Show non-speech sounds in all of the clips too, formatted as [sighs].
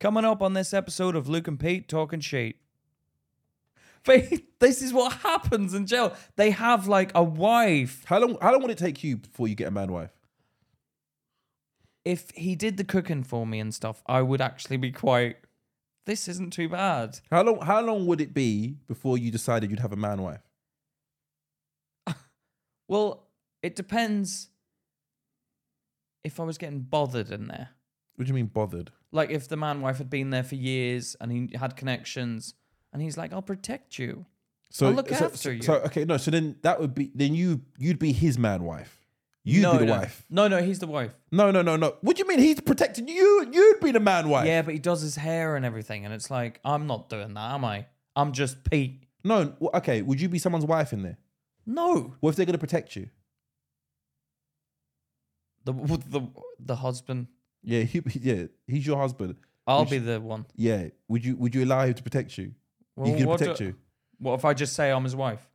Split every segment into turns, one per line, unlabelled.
Coming up on this episode of Luke and Pete talking shit. Faith, [laughs] this is what happens in jail. They have like a wife.
How long? How long would it take you before you get a man wife?
If he did the cooking for me and stuff, I would actually be quite. This isn't too bad.
How long? How long would it be before you decided you'd have a man wife?
Well, it depends. If I was getting bothered in there,
What do you mean bothered?
like if the man wife had been there for years and he had connections, and he's like, "I'll protect you."
So
I'll look
so,
after
so-
you.
So okay, no. So then that would be then you you'd be his man wife. You'd
no,
be the
no.
wife.
No, no, he's the wife.
No, no, no, no. What do you mean he's protecting you? You'd be the man wife.
Yeah, but he does his hair and everything, and it's like, I'm not doing that, am I? I'm just Pete.
No. w- Okay. Would you be someone's wife in there?
No,
What if they're gonna protect you?
the the the husband.
Yeah. He, yeah. He's your husband.
I'll
Which-
be the one.
Yeah. Would you Would you allow him to protect you?
Well,
he could
what
protect
do-
you.
What if I just say I'm his wife?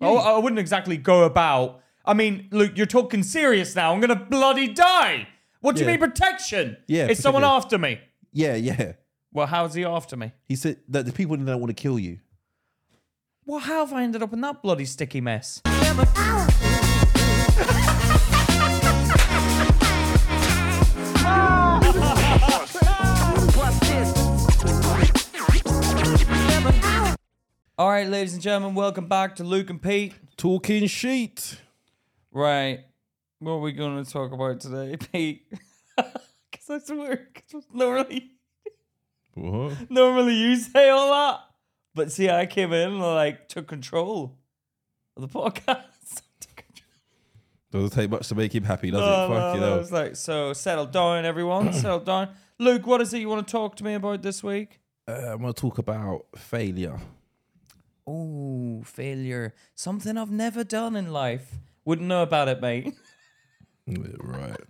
Yeah,
Oh,
you-
I wouldn't exactly go about. I mean, Luke, you're talking serious now. I'm gonna bloody die. What do you
Yeah.
mean protection?
Yeah,
is someone
protection.
after me?
Yeah. Yeah.
Well, how's he after me?
He said that the people in there want to kill you.
Well, how have I ended up in that bloody sticky mess? All right, ladies and gentlemen, welcome back to Luke and Pete.
Talking sheet.
Right. What are we going to talk about today, [laughs] Pete? Because I swear, 'cause normally,
What?
normally you say all that. But see, I came in and like took control of the podcast. Took control.
Doesn't take much to make him happy, does
No,
it?
no, [laughs]
Fuck you
no,
know.
It's like, so settle down,
[clears throat]
everyone. settle down. Luke, what is it you want to talk to me about this week?
Uh, I'm gonna talk about failure.
Oh, failure. Something I've never done in life. Wouldn't know about it, mate. [laughs]
Yeah, right.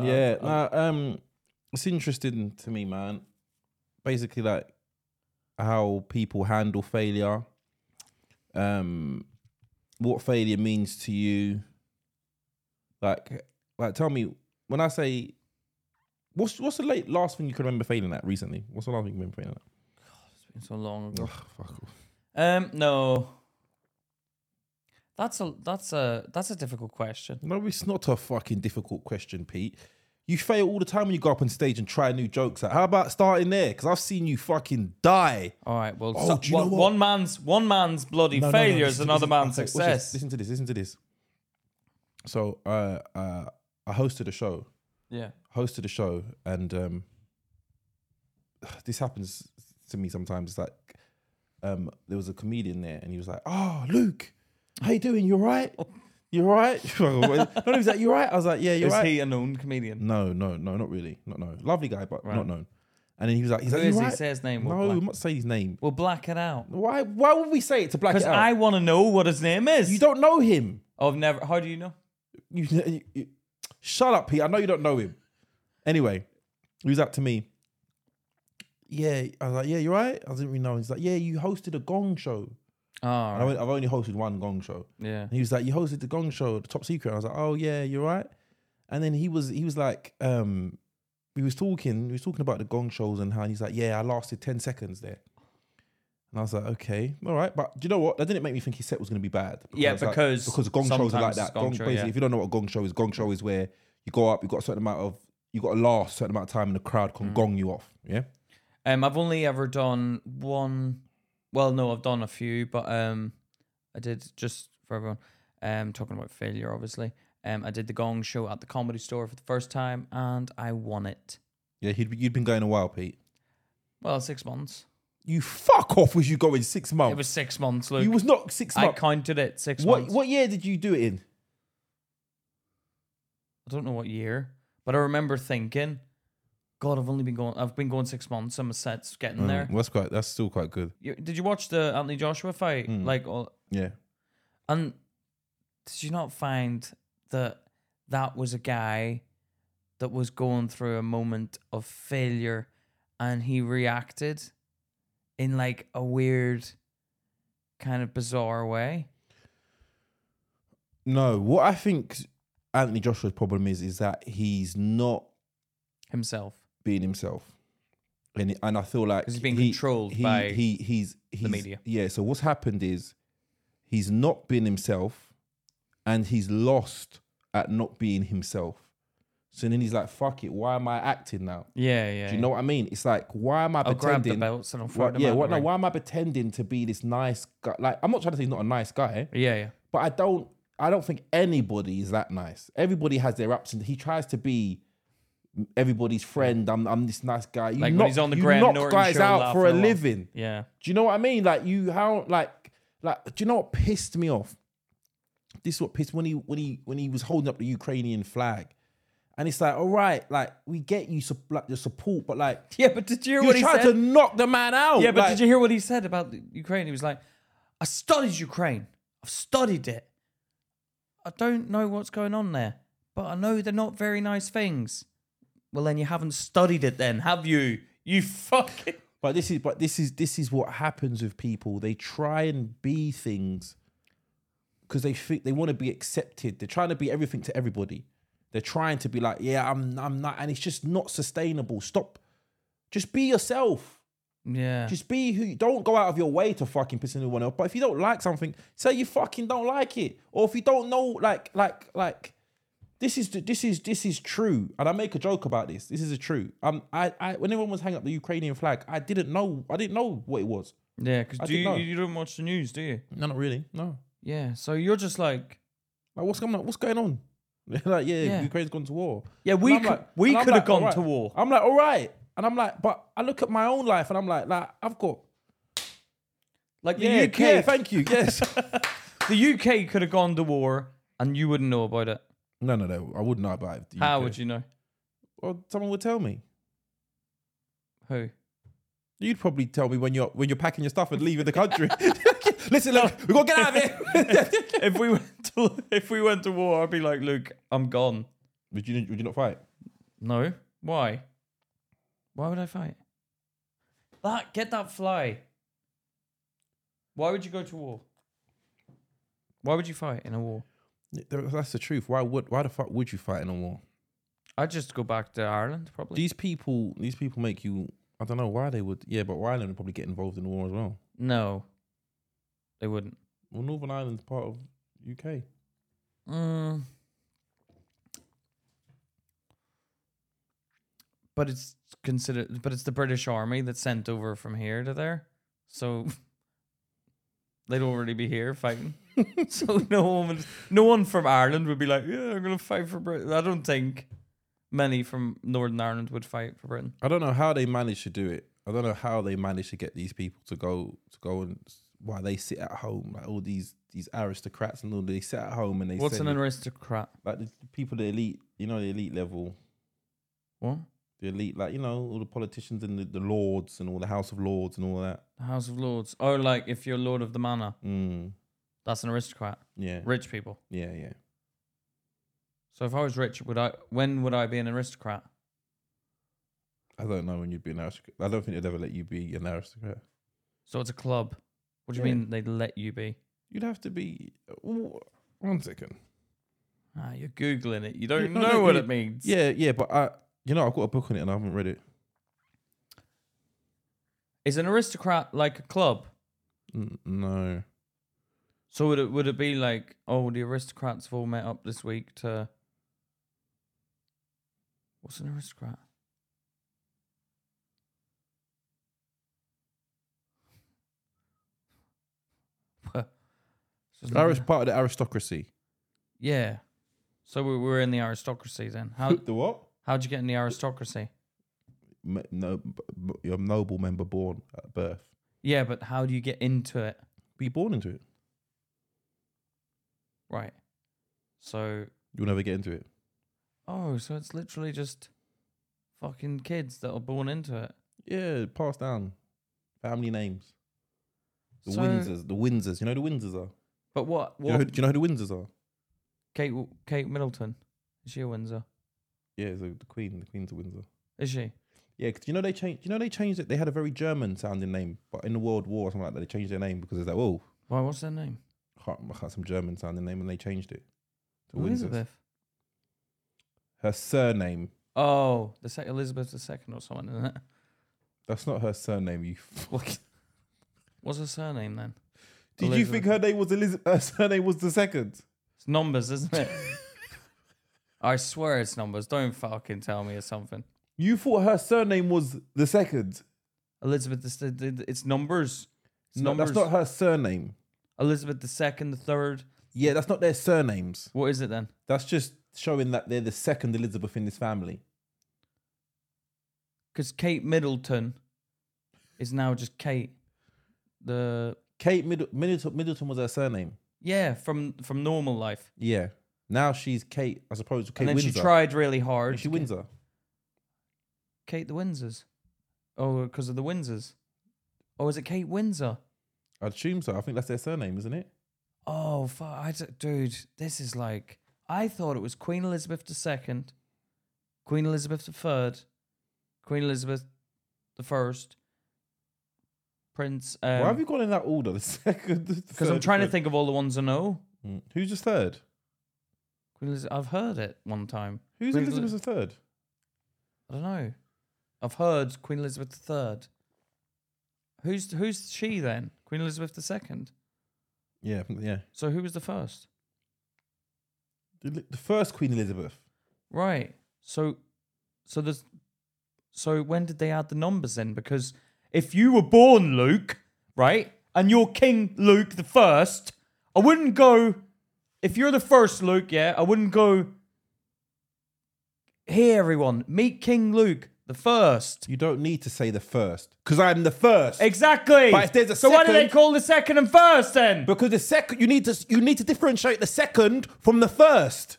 yeah, nah, um, it's interesting to me, man. Basically, like how people handle failure, um, what failure means to you. Like, like, tell me when I say, what's what's the late last thing you can remember failing at recently? What's the last thing you remember failing at?
so long ago.
fuck off.
Um, no. That's a that's a that's a difficult question.
No, it's not a fucking difficult question, Pete. You fail all the time when you go up on stage and try new jokes. Like, how about starting there? Because I've seen you fucking die.
All right, well,
Oh,
so-
do you know
one,
what?
one man's one man's bloody
No, no, no,
failure is
listen to-
another
listen-
man's
okay, watch this.
success.
Listen to this. Listen to this. So uh, uh, I hosted a show.
yeah,
Hosted a show, and um, [sighs] this happens to me sometimes. It's like um, there was a comedian there, and he was like, "Oh, Luke, how you doing? You right? You right?" [laughs] no, he was like, "You right?" I was like, "Yeah, you're
is
right."
he a known comedian?
No, no, no, not really. Not no. Lovely guy, but
Right.
not known. And then he was like, "He's
Who
like,
is
you
he?
right?"
Say his name. We'll
no,
black,
I'm not say his name.
we'll black it out
Why? Why would we say it to black it
because
out?
I want to know what his name is.
you don't know him.
I've never. How do you know?
You, you, you- shut up, Pete. I know you don't know him. Anyway, he was up to me. Yeah, I was like, yeah, you're right. I didn't really know. He's like, yeah, you hosted a Gong show.
Oh,
And I went, I've only hosted one Gong show.
yeah.
And he was like, you hosted the Gong show, the Top Secret. I was like, oh yeah, you're right. And then he was, he was like, um, he was talking, he was talking about the Gong shows and how and he's like, yeah, I lasted ten seconds there. And I was like, okay, all right, but do you know what? That didn't make me think his set was going to be bad.
Yeah,
it's like-
because
because gong shows are like
sometimes
that.
gong
Gong,
show,
basically,
yeah.
if you don't know what a gong show is, gong show is where you go up, you got a certain amount of, you got to last a certain amount of time, and the crowd
Mm.
can gong you off. Yeah,
Um, I've only ever done one. Well, no, I've done a few, but um, I did just for everyone. Um, talking about failure, obviously. Um, I did the Gong Show at the Comedy Store for the first time, and I won it.
yeah. He'd, you'd been going a while, Pete.
Well, six months.
You fuck off. Was you going six months?
It was six months, Luke.
Oh. you was not six
I
months.
counted it six
What
months.
what year did you do it in?
I don't know what year, but I remember thinking, God, I've only been going. I've been going six months, and my set's getting there.
Mm, that's quite. That's still quite good.
You, did you watch the Anthony Joshua fight?
Hmm.
Like, all,
Yeah.
And did you not find that that was a guy that was going through a moment of failure and he reacted in like a weird kind of bizarre way?
No, what I think Anthony Joshua's problem is is that he's not
Himself.
being himself. and and I feel like
'Cause he's being
he-
controlled
he,
by
he, he's, he's
media.
Yeah. So what's happened is he's not been himself, and he's lost at not being himself. So then he's like, "Fuck it, why am I acting now?"
Yeah, yeah.
Do you know what I mean? It's like, why am I
I'll grab the
pretending?
belts and I'll throw
Why-
them
yeah,
out the
why, no,
ring.
why am I pretending to be this nice guy? Like, I'm not trying to say he's not a nice guy,
Yeah, yeah.
but I don't, I don't think anybody is that nice. Everybody has their ups, and he tries to be everybody's friend. I'm, I'm this nice guy. You
Like when
knock,
he's on the
you
Graham
knock
Norton
guys
show
out
laughing
for a
along.
living.
Yeah.
Do you know what I mean? Like you, how like like do you know what pissed me off? This is what pissed when he when he when he was holding up the Ukrainian flag, and it's like, all right, like we get you sup- like your support, but like
[laughs] Yeah, but did you hear
you
what he
tried
said?
to knock the man out.
yeah, but
like,
did you hear what he said about the Ukraine? He was like, I studied Ukraine. I've studied it. I don't know what's going on there, but I know they're not very nice things. Well, then you haven't studied it, then, have you? You fucking.
But this is but this is this is what happens with people. They try and be things because they think they want to be accepted. They're trying to be everything to everybody. They're trying to be like, yeah, I'm I'm not, and it's just not sustainable. Stop. Just be yourself.
Yeah.
Just be who. Don't go out of your way to fucking piss anyone off. But if you don't like something, say you fucking don't like it. Or if you don't know, like, like, like, this is this is this is true. And I make a joke about this. This is a true. Um, I, I when everyone was hanging up the Ukrainian flag, I didn't know. I didn't know what it was.
yeah, because
didn't
you,
know.
you don't watch the news, do you?
No, not really. No.
Yeah. So you're just like,
Like, what's going on? What's going on? [laughs] like, yeah,
Yeah.
Ukraine's gone to war.
yeah,
And
we
I'm
could,
like-
we
and I'm
could have
like,
gone
alright.
to war.
I'm like, all right. And I'm like, but I look at my own life and I'm like, like, I've got.
Like the
Yeah,
UK,
yeah, thank you.
[laughs]
Yes.
the UK could have gone to war, and you wouldn't know about it.
no, no, no. I wouldn't know about it. if the
How
UK
would you know?
Well, someone would tell me.
Who?
You'd probably tell me when you're when you're packing your stuff and leaving the country. [laughs] Listen, look, we gotta get out of here.
[laughs] if we went to if we went to war, I'd be like, Luke, I'm gone.
would you would you not fight?
No, why? Why would I fight? That get that fly. Why would you go to war? Why would you fight in a war?
That's the truth. Why would why the fuck would you fight in a war?
I'd just go back to Ireland, probably.
These people these people make you. I don't know why they would. Yeah, but Ireland would probably get involved in the war as well.
no, they wouldn't.
Well, Northern Ireland's part of UK.
Mm. But it's considered. But it's the British Army that's sent over from here to there, so [laughs] they'd already be here
[laughs]
fighting. so no one, would, no one from Ireland would be like, "Yeah, I'm gonna fight for Britain." I don't think many from Northern Ireland would fight for Britain.
I don't know how they managed to do it. I don't know how they managed to get these people to go to go and why they sit at home like all these these aristocrats and all they sit at home and they
What's
send
an aristocrat?
like the people the elite you know the elite level
What?
the elite, like you know, all the politicians and the, the lords and all the House of Lords and all that.
The House of Lords. Oh, like if you're Lord of the Manor,
Mm.
that's an aristocrat.
Yeah,
Rich people.
yeah, yeah.
So if I was rich, would I? When would I be an aristocrat?
I don't know when you'd be an aristocrat. I don't think they'd ever let you be an aristocrat.
So it's a club. What do you
Yeah.
mean they'd let you be?
You'd have to be. Ooh, One second.
Ah, you're googling it. You don't
Yeah, no,
know
no,
what
you-
it means.
Yeah, yeah, but I, you know, I've got a book on it and I haven't read it.
Is an aristocrat like a club?
N- no,
So would it would it be like, oh, the aristocrats have all met up this week to? What's an aristocrat? Well, so it's not
Irish
a-
part of the aristocracy.
Yeah. So we we're in the aristocracy then. How
the what?
how'd you get in the aristocracy?
M- no, b- b- you're a noble member born at birth.
Yeah, but how do you get into it?
Be born into it.
Right. So,
You'll never get into it.
oh, so it's literally just fucking kids that are born into it.
Yeah, passed down. Family names. The
So-
Windsors. The Windsors. You know who the Windsors are.
But what?
Do you, know,
What?
who- do you know who the Windsors are?
Kate Kate Middleton. Is she a Windsor?
Yeah, so the Queen, the Queen's of Windsor.
Is she?
Yeah, 'cause you know they changed. You know they changed it. They had a very German sounding name, but in the World War or something like that, they changed their name because it's like, oh,
Why? What's her name?
can't, I can't some German sounding name, and they changed it to Windsor.
Elizabeth.
Her surname.
Oh, the sec- Elizabeth the Second or someone, isn't it?
That's not her surname. You [laughs] fucking.
What's her surname then?
Did you
Elizabeth.
think her name was Elizabeth? Her surname was the second.
It's numbers, isn't
[laughs]
it? I swear it's numbers. Don't fucking tell me it's something.
You thought her surname was the second.
Elizabeth the st- th- th- it's numbers. It's
No,
numbers.
that's not her surname.
Elizabeth the second, the third.
Yeah, that's not their surnames.
What is it then?
That's just showing that they're the second Elizabeth in this family.
Because Kate Middleton is now just Kate. The
Kate Middle- Middleton, Middleton was her surname.
yeah from from normal life,
Yeah. Now she's Kate, I suppose. Kate
and then
Windsor.
she tried really hard.
Is she Windsor?
Kate the Windsors. Oh, because of the Windsors. Oh, is it Kate Windsor?
I'd assume so. I think that's their surname, isn't it?
Oh fuck, I d- dude, this is like I thought it was Queen Elizabeth II, Queen Elizabeth III, Queen Elizabeth the First, Prince.
Why have
Because
you gone in that order? [laughs] The second. Um, Because
I'm trying to think of all the ones I know.
think. Who's the third?
Queen Elizabeth, I've heard it one time.
Who's
Queen
Elizabeth the third?
I don't know. I've heard Queen Elizabeth III. Who's who's she then? Queen Elizabeth II.
Yeah, [laughs] yeah.
So who was the first?
The the first Queen Elizabeth.
Right. So, so there's, so when did they add the numbers in? Because if you were born Luke, right, and you're King Luke the first, I wouldn't go. If you're the first Luke, yeah, I wouldn't go. Hey everyone, meet King Luke the first.
You don't need to say the first because I'm the first.
Exactly.
But if there's a
so why do they
second-
call the second and first then?
Because the second you need to you need to differentiate the second from the first.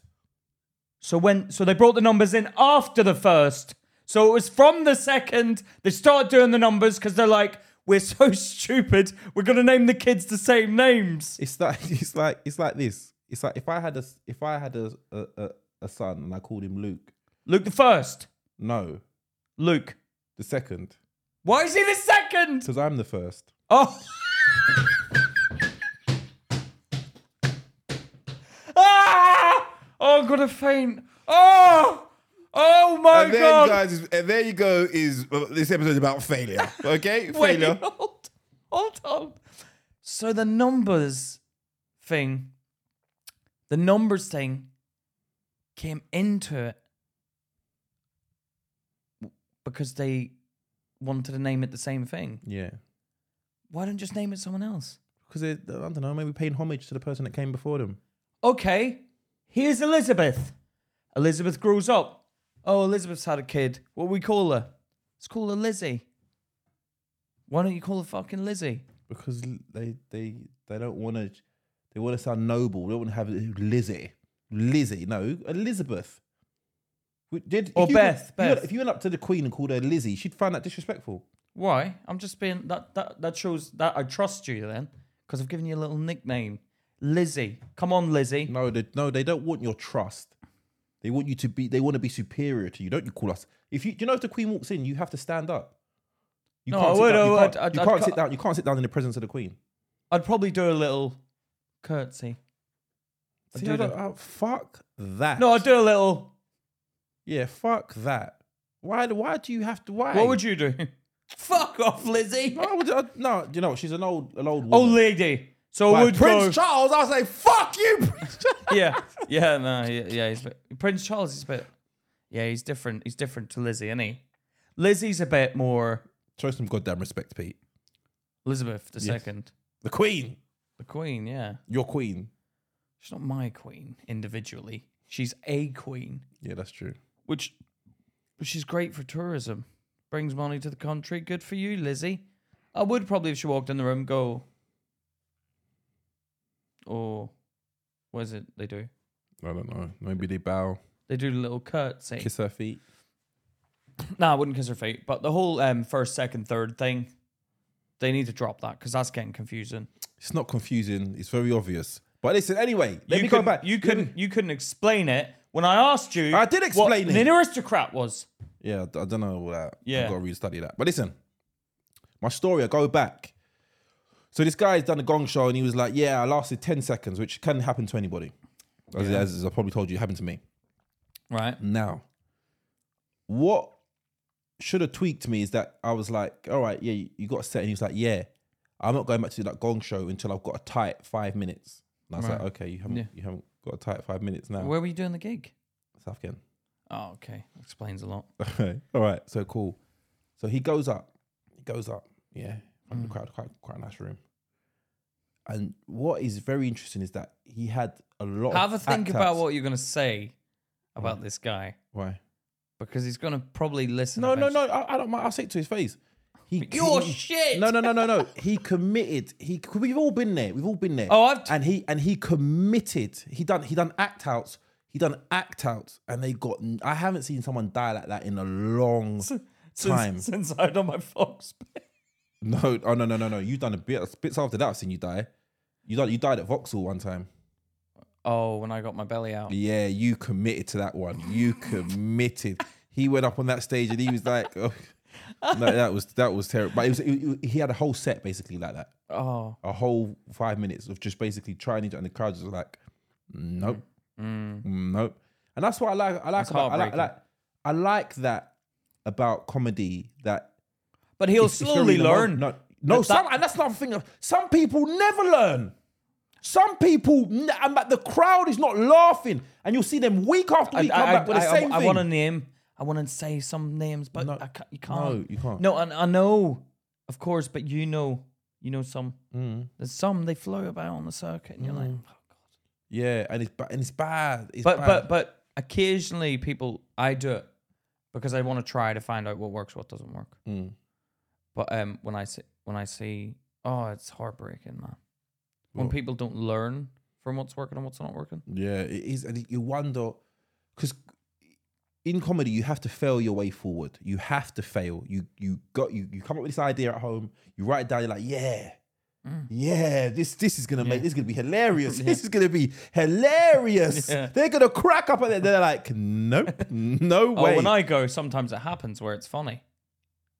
So when so they brought the numbers in after the first. So it was from the second they started doing the numbers because they're like, we're so [laughs] stupid, we're gonna name the kids the same names.
It's like [laughs] it's like it's like this. It's like if I had a s- if I had a a, a, a son and I called him Luke.
Luke the first,
No,
Luke.
the second
Why is he the second?
because I'm the first. [laughs]
Oh. ah! Oh, I'm gonna faint. Oh, oh my
and
god!
then, guys, is- and there you go. Is uh, this episode is about
[laughs]
failure? Okay,
Wait,
failure.
hold, hold on. So the numbers thing, the numbers thing came into it because they wanted to name it the same thing.
Yeah,
Why don't you just name it someone else?
because I don't know. Maybe paying homage to the person that came before them.
Okay, here's Elizabeth. Elizabeth grows up. Oh, Elizabeth's had a kid. What do we call her? Let's call her Lizzie. Why don't you call her fucking Lizzie?
because l- they they they don't want to they want to sound noble. They don't want to have Lizzie, Lizzie. No, Elizabeth. We Did, if
Or
you-
Beth,
you-
Beth.
if you went up to the Queen and called her Lizzie, she'd find that disrespectful.
Why? I'm just being that that that shows that I trust you then, because I've given you a little nickname, Lizzie. Come on, Lizzie.
No, they, no, they don't want your trust. They want you to be. They want to be superior to you. Don't you call us? If you, do you know, if the Queen walks in, you have to stand up. You
No, I
sit
would-
down-
I
you
would-
can't-
I'd-
you
I'd
can't
cut-
sit down. You can't sit down in the presence of the Queen.
I'd probably do a little curtsy. I'd
See,
do
I don't,
the-
I- fuck that.
no, I'd do a little.
Yeah, fuck that. Why? do- Why do you have to? Why?
What would you do? [laughs] Fuck off,
[laughs]
Lizzie.
No, I would, I, no, you know she's an old, an old woman.
Oh, lady. So I
Like,
would
Prince
go.
Charles, I say, fuck you. Prince Charles."
[laughs] yeah, yeah, no, yeah, yeah. He's a bit, Prince Charles is a bit. Yeah, he's different. He's different to Lizzie, isn't he? Lizzie's a bit more
Show some goddamn respect, Pete.
Elizabeth the second,
The Queen,
the Queen. Yeah,
your Queen.
she's not my queen individually. She's a queen.
Yeah, that's true.
which which is great for tourism. Brings money to the country. Good for you, Lizzie. I would probably, if she walked in the room, go. Or, what is it they do?
I don't know. Maybe they bow,
They do a little curtsy.
kiss her feet.
Nah, I wouldn't kiss her feet. But the whole um, first, second, third thing, they need to drop that because that's getting confusing.
It's not confusing. It's very obvious. But listen, anyway, let
you
me
couldn't,
go back.
You
Let
couldn't.
me-
You couldn't explain it when I asked you.
I did explain
what
it.
An aristocrat was.
Yeah, I d- I don't know all that.
Yeah.
I've got to restudy that. But listen, my story, I go back. So this guy's done a gong show and he was like, Yeah, I lasted 10 seconds, which can happen to anybody. As, as, as I probably told you, it happened to me.
Right.
Now, what should have tweaked me is that I was like, all right, yeah, you, you got a set. And he was like, yeah, I'm not going back to that gong show until I've got a tight five minutes. And I was
Right.
like, okay, you haven't,
Yeah.
you haven't got a tight five minutes now.
Where were you doing the gig?
South Kent.
Oh, okay. Explains a lot.
Okay. All right. So cool. So he goes up. He goes up. Yeah. From the crowd, quite quite a nice room. And what is very interesting is that he had a lot.
Have a
of
think
act
about
outs.
what you're going to say
Hmm.
about this guy
Why?
because he's going to probably listen.
No, no,
eventually.
no. I, I don't mind. I'll say it to his face. He
Your
he-
shit!
No, no, no, no, no. He committed. He. We've all been there. We've all been there.
Oh, I've t-
and he and he committed. He done. He done act outs. He done act outs, and they got. I haven't seen someone die like that in a long time. [laughs]
Since, since I had on my Fox.
No, oh no, no, no, no. You done a bit bits after that. I've seen you die. You died. You died at Vauxhall one time.
Oh, when I got my belly out.
Yeah, you committed to that one. You committed. he went up on that stage and he was like, oh. no, that was that was terrible. But it was, it- it- he had a whole set basically like that,
Oh,
a whole five minutes of just basically trying it, and the crowd was like, nope, Mm, nope. And that's what I like. I like.
Mm. That's
About, I like. I
heartbreaking.
like. I like that about comedy that
but he'll
it's- it's
slowly
very remote.
learn.
No, no
But that-
some, and that's not thing. Some people never learn. Some people, n- and but the crowd is not laughing, and you'll see them week after week come back with the same
I,
thing.
want to name. I want to say some names, but I can't, you can't.
no, you can't.
No, and I know, of course, but you know, you know some.
Hmm.
There's some they flow about on the circuit, and you're like, oh god.
yeah, and it's ba- and it's bad. It's
But
bad.
but but occasionally people, I do it because I want to try to find out what works, what doesn't work.
Mm.
But um, when I see when I see, oh, it's heartbreaking, man. When
What?
people don't learn from what's working and what's not working.
yeah, it is, and you wonder because in comedy you have to fail your way forward. You have to fail. You you got you you come up with this idea at home. You write it down. You're like, yeah,
Mm.
yeah, this this is gonna make this is gonna be
[laughs]
hilarious. This is gonna be hilarious.
Yeah.
They're gonna crack up at it. They're like,
[laughs]
nope, no
Oh,
way.
when I go, sometimes it happens where it's funny,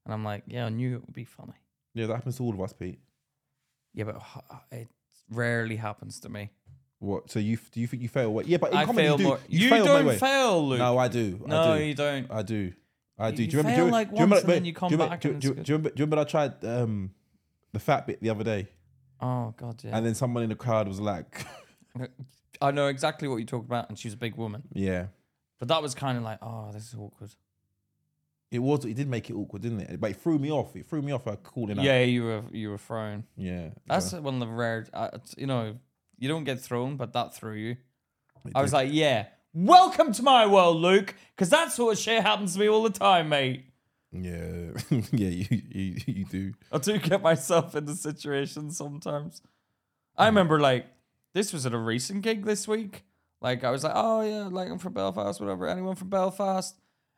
and I'm like, yeah, I knew it would be funny.
yeah, that happens to all of us, Pete.
Yeah, but h- it rarely happens to me.
What? So you f- do you think you fail? What? Yeah, but in
I
comedy
fail
you do.
more.
You,
You,
fail my
don't
way.
fail, Luke.
No, I do.
No,
I do.
you don't.
I do. I do.
you
do you remember? do
fail
you,
like
do you remember,
once and then
wait,
you come
do remember-
back
Do,
and
do,
it's
do,
good.
you remember, do you remember? I tried um, the fat bit the other day,
Oh god, yeah.
and then someone in the crowd was like, [laughs]
I know exactly what you talked about, and she's a big woman.
"Yeah,
But that was kind of like, oh, this is awkward.
it was. It did make it awkward, didn't it? But it threw me off. It threw me off. I called it out.
Yeah, you were you were thrown.
yeah.
That's one of the rare. Uh, it's- you know, you don't get thrown, but that threw you.
It
I was
did.
like, yeah, welcome to my world, Luke, because that sort of shit happens to me all the time, mate.
Yeah, [laughs] yeah, you, you you do.
[laughs] I do get myself into situations sometimes. I remember like this was at a recent gig this week. Like I was like, oh yeah, like I'm from Belfast, whatever. Anyone from Belfast?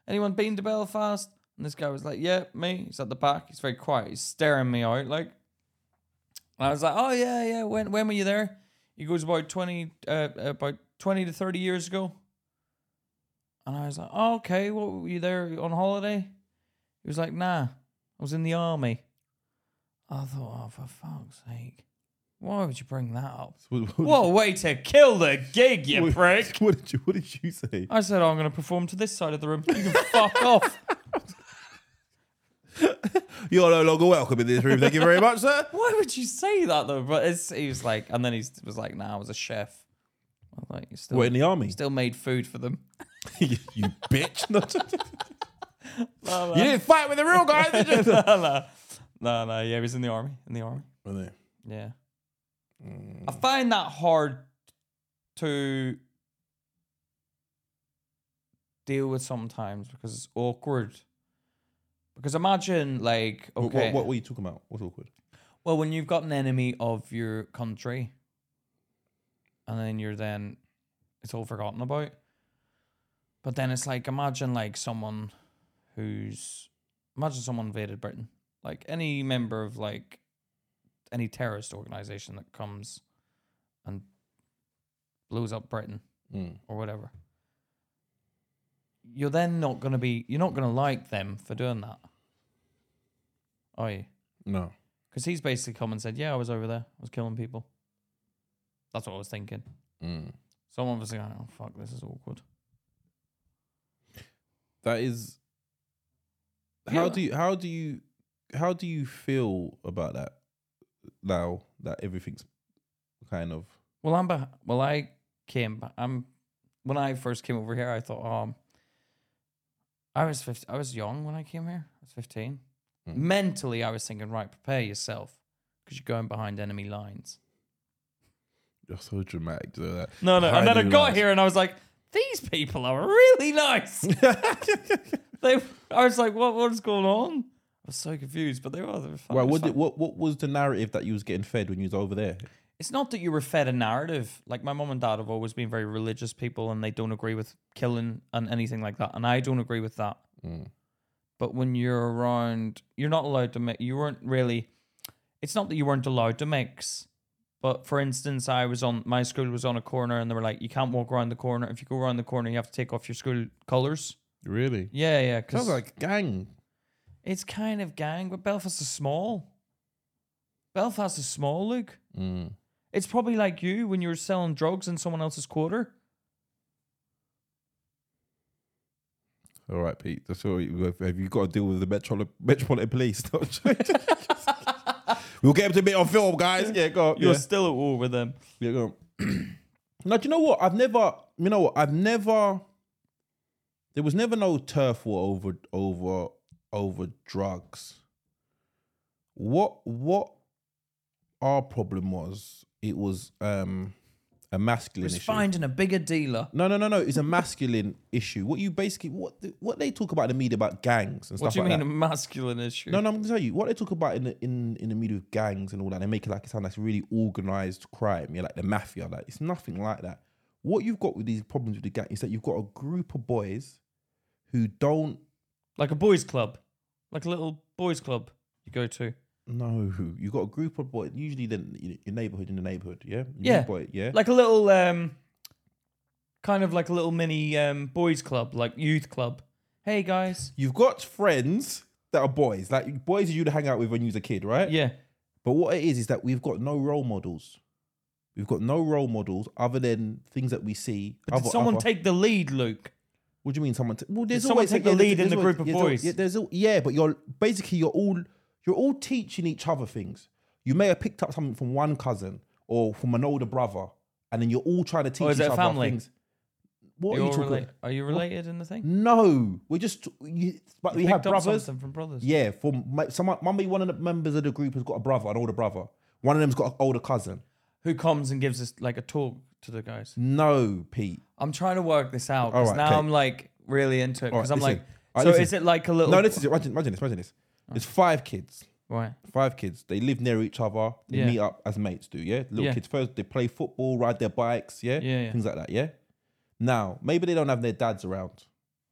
Anyone been to Belfast? And this guy was like, yeah, me. He's at the back. He's very quiet. He's staring me out like. And I was like, oh yeah, yeah. When when were you there? He goes about twenty, uh, about twenty to thirty years ago. And I was like, oh, okay. What were you there on holiday? He was like, nah, I was in the army. I thought, oh, for fuck's sake. Why would you bring that up?
What,
[laughs]
what,
What a way to kill the gig, you
[laughs] what-
prick.
What did you What did you say?
I said, I'm going to perform to this side of the room. You can fuck [laughs] off.
You're no longer welcome in this room. Thank you very much,
[laughs]
sir.
Why would you say that, though? But it's, he was like, and then he was like, nah, I was a chef. I was like, you still,
What in the army?
still made food for them.
[laughs] you bitch! [laughs]
No, [laughs]
you didn't fight with the real guys, did [laughs] you?
no, no, no, no, yeah, he was in the army. In the army. Yeah. I find that hard to deal with sometimes because it's awkward. Because imagine, like,
What,
okay,
what, what were you talking about? What's awkward?
well, when you've got an enemy of your country, and then you're then, it's all forgotten about. But then it's like imagine like someone who's imagine someone invaded Britain, like any member of like any terrorist organization that comes and blows up Britain
Mm.
or whatever. You're then not gonna be you're not gonna like them for doing that, are you?
No.
Because he's basically come and said, Yeah, I was over there. I was killing people. That's what I was thinking.
Mm.
So I'm obviously like, Oh, fuck, this is awkward.
That is. how do you how do you how do you feel about that now that everything's kind of
Well, I'm beh- well. I came. ba- I'm when I first came over here. I thought, um, I was 15, I was young when I came here. I was fifteen.
Mm.
Mentally, I was thinking, right, prepare yourself because you're going behind enemy lines.
you're so dramatic to that
No, no. And then I
Highly
got
liked.
here and I was like, these people are really
[laughs]
nice. they, I was like, what, what's going on? I was so confused, but they were. They were fine.
well,
It's
what,
fine.
did, what what was the narrative that you was getting fed when you was over there?
it's not that you were fed a narrative. Like my mum and dad have always been very religious people, and they don't agree with killing and anything like that. And I don't agree with that.
Mm.
But when you're around, you're not allowed to make. You weren't really. It's not that you weren't allowed to mix. But for instance, I was on my school was on a corner, and they were like, "You can't walk around the corner. If you go around the corner, you have to take off your school colors."
Really?
Yeah, yeah. Because
Sounds like gang.
it's kind of gang, but Belfast is small. Belfast is small, Luke.
Mm.
It's probably like you when you were selling drugs in someone else's quarter.
All right, Pete. That's all. You, have you got to deal with the metro, metropolitan police? [laughs]
We'll get him to a bit on film, guys.
yeah, go. on,
You're
yeah.
still at war with them.
Yeah, go. on. [clears throat] now, do you know what? I've never. You know what? I've never. There was never no turf war over over over drugs. What what our problem was? It was um a masculine
It's
issue.
finding a bigger dealer.
No, no, no, no. It's a masculine issue. What you basically what the- what they talk about in the media about gangs and
What
stuff
do you
like
mean
that.
a masculine issue?
No, no, I'm gonna tell you what they talk about in the in, in the media with gangs and all that. They make it like it sound like it's really organized crime. You're like the mafia. Like it's nothing like that. What you've got with these problems with the gang is that you've got a group of boys who don't
Like a boys' club. Like a little boys' club you go to.
know. You've got a group of boys. Usually, then your your neighborhood in the neighborhood. Yeah. Your
Yeah.
Boy, yeah.
Like a little, um, kind of like a little mini um, boys' club, like youth club. Hey, guys.
you've got friends that are boys, like boys you used to hang out with when you was a kid, right?
Yeah.
But what it is is that we've got no role models. We've got no role models other than things that we see.
But did
other-
someone
other-
take the lead, Luke?
What do you mean someone? T- well, there's
someone
always
take
yeah,
the
there's-
lead in
there's
the
always-
group of
yeah, there's al-
boys?
Yeah, there's al- yeah, but you're basically you're all you're all teaching each other things. You may have picked up something from one cousin or from an older brother, and then you're all trying to teach
is
each
it a
other
family?
things. What
You're
are you talking?
rela- are you related in the thing?
No, we're just you, but we
Picked
have
up
brothers.
something from brothers.
Yeah, from my- someone, maybe one of the members of the group has got a brother, an older brother. One of them's got an older cousin.
Who comes and gives us like a talk to the guys?
No, Pete.
I'm trying to work this out because
Alright,
now
okay.
I'm like really into it because
Alright,
I'm like,
listen. Alright,
so
listen.
is it like a little?
No, this is imagine, imagine this. Imagine this. There's five kids.
right.
Five kids. They live near each other. They
Yeah.
meet up as mates do. Yeah, little
Yeah.
kids first. They play football, ride their bikes. Yeah?
Yeah, yeah.
things like that. Yeah. Now maybe they don't have their dads around.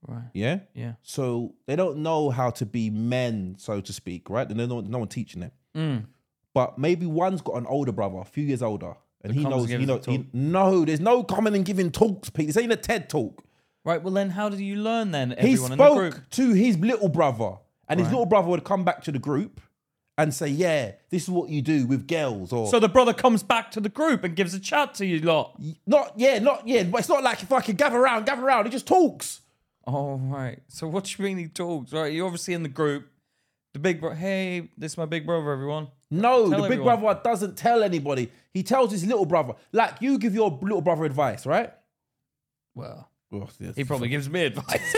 Right.
Yeah.
Yeah.
So they don't know how to be men, so to speak. Right. And there's no, no one teaching them.
Mm.
But maybe one's got an older brother, a few years older, and he
comes and
knows.
gives
You know.
us a
He,
talk.
no, there's no coming and giving talks, Pete. This ain't a TED talk.
Right. Well, then how did you learn then?
he
Everyone in the
spoke
group.
to his little brother, and his little brother would come back to the group and say, "Yeah, this is what you do with girls," or
So the brother comes back to the group and gives a chat to you lot.
not, yeah, not, yeah. But it's not like if I can gather around, gather around. He just talks.
Oh right. So what do you mean he talks? Right. You're obviously in the group. The big bro. Hey, this is my big brother. Everyone.
No, the big
everyone.
brother doesn't tell anybody. He tells his little brother, like you give your little brother advice, right? Oh,
Well,
Well,
he probably gives me advice.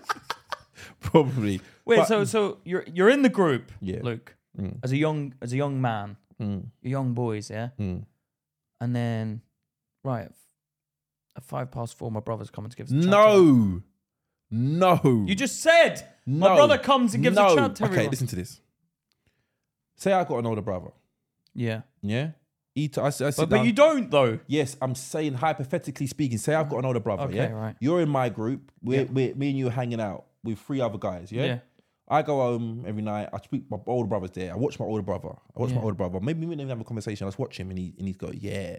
[laughs] probably.
Wait.
But- mm.
so so you're you're in the group,
Yeah.
Luke, as a young as a young man, you're young boys, yeah.
Mm.
And then, right, f- at five past four, my brother's coming to give us a chat. to-
no, no.
You just said my
No.
brother comes and gives
No.
a chat to everyone.
Okay, listen to this. Say I got an older brother.
Yeah.
Yeah. He t- I, s- I sit
But, but
down-
you don't, though.
Yes, I'm saying hypothetically speaking. Say I've got an older brother.
Okay,
yeah,
right.
You're in my group. We're, we're me and you are hanging out with three other guys. Yeah?
Yeah.
I go home every night. I speak. My older brother's there. I watch my older brother. I watch my
Yeah.
older brother. Maybe we don't even have a conversation. I just watch him, and he and he's go, yeah.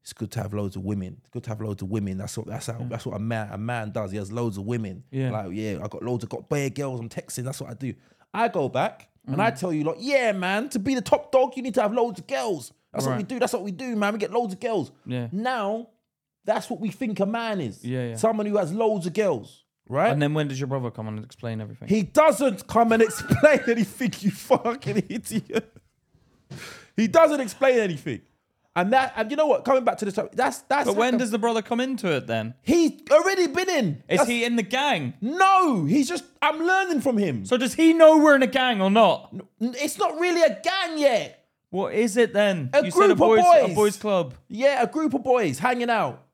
It's good to have loads of women. It's good to have loads of women. That's what that's how that's what a man a man does. He has loads of women.
Yeah.
Like yeah, I got loads of got bare girls. I'm texting. That's what I do. I go back and
Mm.
I tell you like, yeah, man. To be the top dog, you need to have loads of girls. That's what we
Right.
do. That's what we do, man. We get loads of girls.
Yeah.
Now, that's what we think a man is.
Yeah, yeah.
Someone who has loads of girls. right?
And then when does your brother come on and explain everything?
He doesn't come and explain [laughs] anything, you fucking idiot. He doesn't explain anything. And that and you know what? Coming back to this topic, that's that's
but when
like a-
does the brother come into it then?
he's already been in.
Is
That's-
he in the gang?
No, he's just I'm learning from him.
So does he know we're in a gang or not?
It's not really a gang yet.
What is it then?
A
you
group
said a
of
boys, a
boys.
boys club,
Yeah, a group of boys hanging out.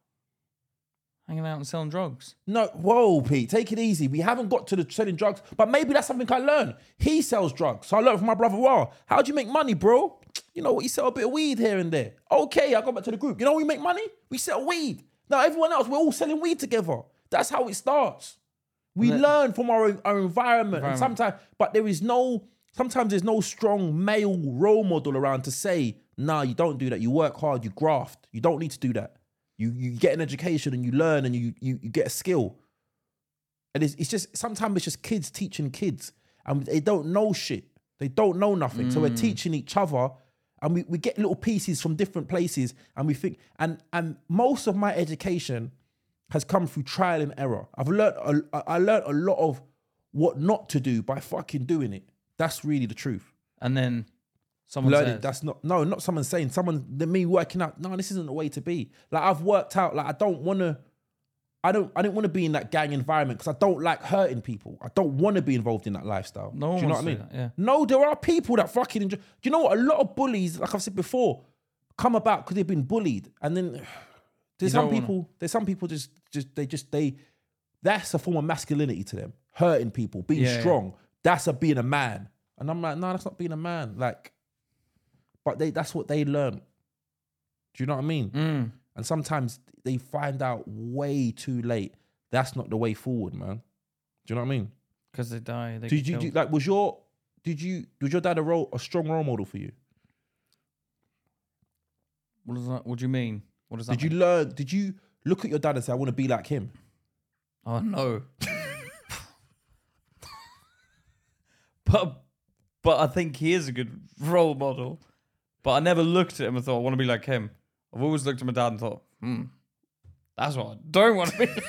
hanging out and selling drugs.
No, whoa, Pete, take it easy. We haven't got to the selling drugs, but maybe that's something I learned. He sells drugs. So I learned from my brother, wow, how do you make money, bro? You know what, you sell a bit of weed here and there. Okay, I go back to the group. You know how we make money? We sell weed. Now everyone else, we're all selling weed together. That's how it starts. We
Let-
learn from our, our environment.
Environment.
And sometimes, but there is no, sometimes there's no strong male role model around to say, nah, you don't do that. You work hard, you graft. You don't need to do that. You, you get an education and you learn and you, you, you get a skill. And it's, it's just, sometimes it's just kids teaching kids and they don't know shit. They don't know nothing. So we're teaching each other and we, we get little pieces from different places and we think, and, and most of my education has come through trial and error. I've learned a, I learned a lot of what not to do by fucking doing it. That's really the truth.
And then someone
Learning
says,
that's not no, not someone saying someone than me working out. No, this isn't the way to be. Like I've worked out. Like I don't want to. I don't. I didn't want to be in that gang environment because I don't like hurting people. I don't want to be involved in that lifestyle.
No
do
one
you know
wants
what I
to
mean?
do that, yeah.
No, there are people that fucking enjoy. Do you know what? A lot of bullies, like I've said before, come about because they've been bullied, and then [sighs]
You
there's some
don't wanna-
people. There's some people just just they just they. That's a form of masculinity to them. Hurting people, being
Yeah, yeah.
strong. That's a being a man. And I'm like, no, that's not being a man. Like, but they that's what they learn. Do you know what I mean?
Mm.
And sometimes they find out way too late. That's not the way forward, man. Do you know what I mean?
Because they die. They
Did
get
you, do,
killed.
like? Was your did you was your dad a role a strong role model for you?
what, does that, what do you mean? What does that
Did you learn? Did you look at your dad and say, "I want to be like him"?
Oh
[laughs]
no. but but I think he is a good role model. But I never looked at him and thought I want to be like him. I've always looked at my dad and thought, hmm, that's what I don't want to be. [laughs]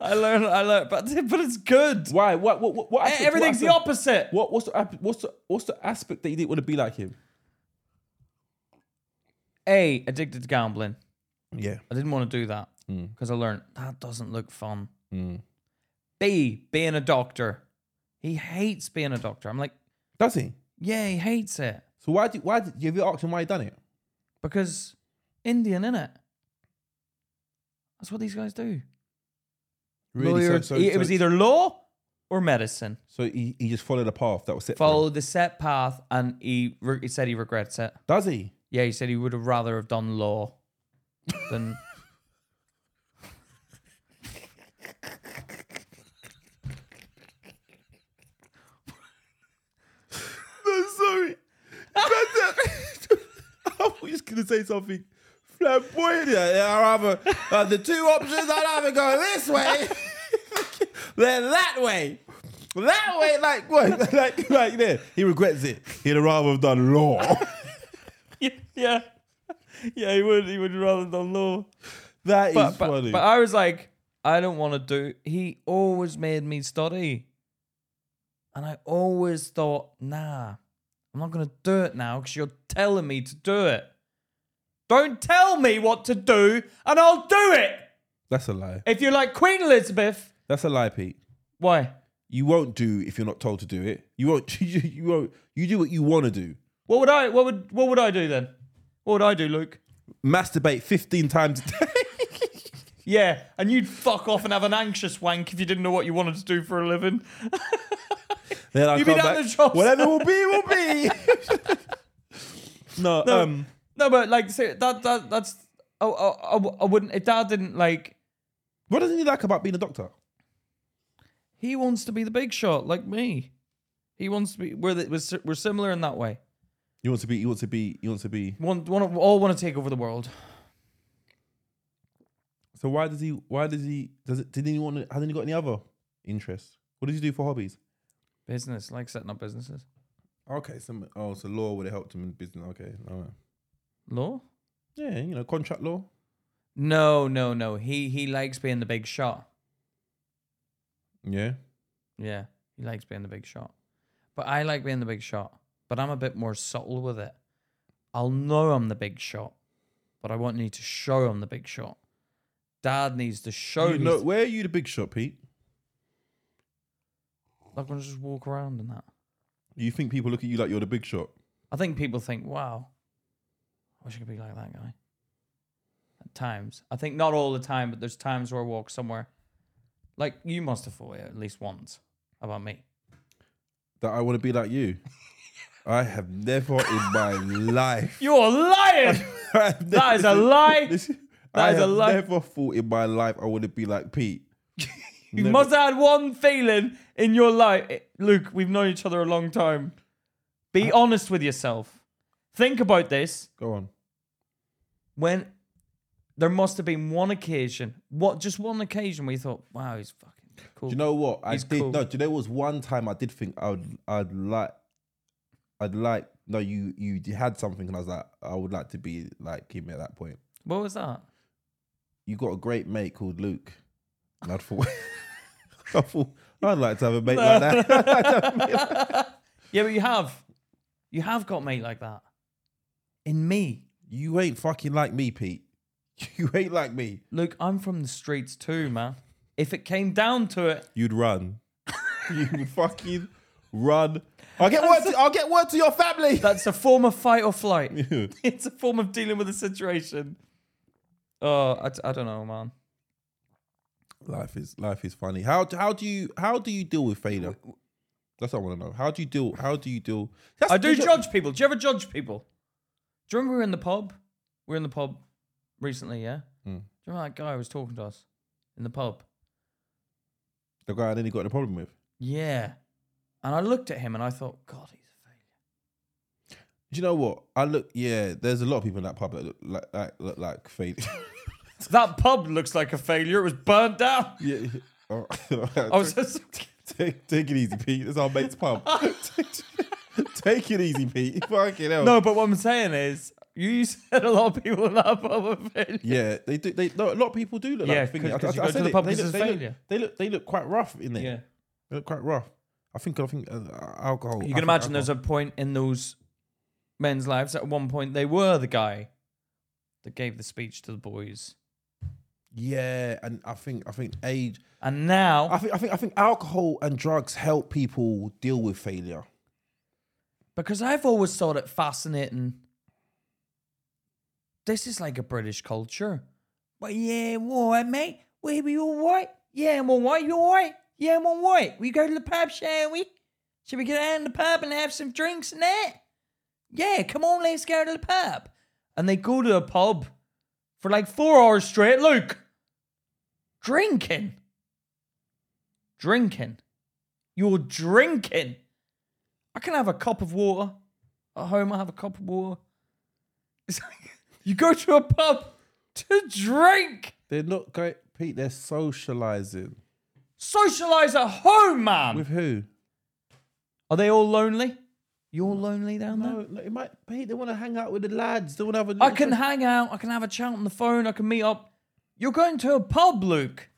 I learn, I learn, but but it's good.
Why? What? What? What? what aspect-
Eh, Everything's
what
the opposite.
aspect- What? What's the ap- what's the what's the aspect that you didn't want to be like him?
A addicted to gambling.
Yeah.
I didn't want to do that because I learned that doesn't look fun. B, being a doctor. He hates being a doctor. I'm like,
Does he?
yeah, he hates it
So why? Did, why did have you asked him why he done it?
because Indian, innit? That's what these guys do. Lawyer- it was either law or medicine.
So he, he just followed a path that was set. for him.
Followed the set path and he, re- he said he regrets it.
Does he?
Yeah, he said he would have rather have done law than.
No, sorry. [laughs] I was just gonna say something flamboyant.
Yeah, yeah, I'd rather uh, the two options. I'd rather go this
[laughs]
way than that way. That way, like what?
[laughs] like, like there.
He regrets it. He'd rather have done law.
[laughs]
[laughs]
yeah, yeah, yeah. He would. He would rather done law.
That is
but, but,
funny.
but I was like, I don't want to do. He always made me study, and I always thought, nah, I'm not gonna do it now because you're telling me to do it. Don't tell me what to do, and I'll do it.
That's a lie.
If you're like Queen Elizabeth,
That's a lie, Pete.
why?
You won't do if you're not told to do it. You won't. [laughs] You, you won't. You do what you want to do.
What would I? What would? What would I do then? What would I do, Luke?
Masturbate 15 times a day.
Yeah, and you'd fuck off and have an anxious wank if you didn't know what you wanted to do for a living.
[laughs] Then I
You
come
be down
back.
the shops.
Whatever will be, will be. [laughs] no, Um.
No, but like so that that that's I, I, I, I wouldn't if dad didn't like
What doesn't he like about being a doctor?
he wants to be the big shot like me. He wants to be we're the, we're, si- we're similar in that way.
You want to be. You want to be. You want to be.
Want want all want to take over the world.
So why does he? Why does he? Does it? Did he want? to- Hasn't he got any other interests? What does he do for hobbies?
Business like setting up businesses.
Okay, some. Oh, so law would have helped him in business. Okay, all right.
Law?
Yeah, you know, contract law.
No, no, no. He he likes being the big shot.
Yeah.
Yeah, he likes being the big shot. But I like being the big shot. But I'm a bit more subtle with it. I'll know I'm the big shot, but I won't need to show I'm the big shot. Dad needs to show
You
me.
know, Oh, where are you the big shot, Pete?
Like when I just walk around and that.
You think people look at you like you're the big shot?
I think people think, wow, I wish I could be like that guy. At times. I think not all the time, but there's times where I walk somewhere. Like you must have thought it at least once about me.
That I want to be like you? I have never
[laughs]
in my life. [laughs]
You're lying!
I
That
have never-
is a lie.
[laughs] Listen,
That
I
is a
have
lie.
never thought in my life I want to be like Pete.
You
Never.
must have had one feeling in your life. Eh, Luke, we've known each other a long time. Be
Uh,
honest with yourself. Think about this.
Go on.
When there must have been one occasion, what just one occasion where you thought, wow, he's fucking cool.
Do you know what I
He's
did?
cool.
No, do you know there was one time I did think I'd I'd like I'd like no you you had something and I was like I would like to be like him at that point.
what was that?
You got a great mate called Luke, and I thought [laughs] I thought I'd like to have a mate
[laughs]
like that.
Yeah, but you have. You have got me like that. In me.
You ain't fucking like me, Pete. [laughs] You ain't like me.
Luke, I'm from the streets too, man. If it came down to it, [laughs]
You'd run. you would fucking run. I'll get word. To, I'll get word to your family.
that's a form of fight or [laughs] flight. it's a form of dealing with a situation. Oh, I, I don't know, man.
life is life is funny. How do- how do you how do you deal with failure? That's what I want to know. How do you deal? How do you deal? That's-
I do
you know-
judge people. Do you ever judge people? Do you remember we were in the pub? We were in the pub recently, yeah? Do you remember that guy who was talking to us in the pub?
the guy I nearly got in a problem with.
Yeah. And I looked at him and I thought, God, he's a failure.
Do you know what? I look. Yeah, there's a lot of people in that pub that look like like, look like failure.
That pub looks like a failure. It was burnt down.
yeah. [laughs] Oh, [laughs]
I was [laughs] just.
take, take it easy, Pete. It's our
[laughs]
mate's pub. [laughs] take it easy, Pete. Fucking hell.
No, but what I'm saying is, you [laughs] said a lot of people in that pub are failure.
Yeah, they do. They no, a lot of people do look
Yeah,
like failure.
'cause- 'cause you
I- I-
go
I
to
said
the
it,
pub
they
'cause
look-
it's
they look-
failure.
They look. They look quite rough in there.
Yeah.
They look quite rough. I think. I think uh, alcohol.
You can imagine there's a point in those men's lives at one point they were the guy that gave the speech to the boys.
Yeah, and I think. I think age.
And now
I think. I think. I think alcohol and drugs help people deal with failure.
because I've always thought it fascinating. This is like a British culture. But yeah, I'm all right, mate. We we all right? Yeah, I'm all right. You all right? Yeah, I'm all right. We go to the pub, shall we? Should we get out in the pub and have some drinks and that? Yeah, come on, let's go to the pub. And they go to a pub for like four hours straight. Luke, drinking, drinking. You're drinking. I can have a cup of water at home. I have a cup of water. It's like you go to a pub to drink,
They're not going, Pete. They're socializing
socialize at home, man.
with who?
Are they all lonely? You're lonely down there.
No, no, it might. Pete, they want to hang out with the lads. They want to have
I
a. little
can
drink.
hang out. I can have a chat on the phone. I can meet up. You're going to a pub, Luke.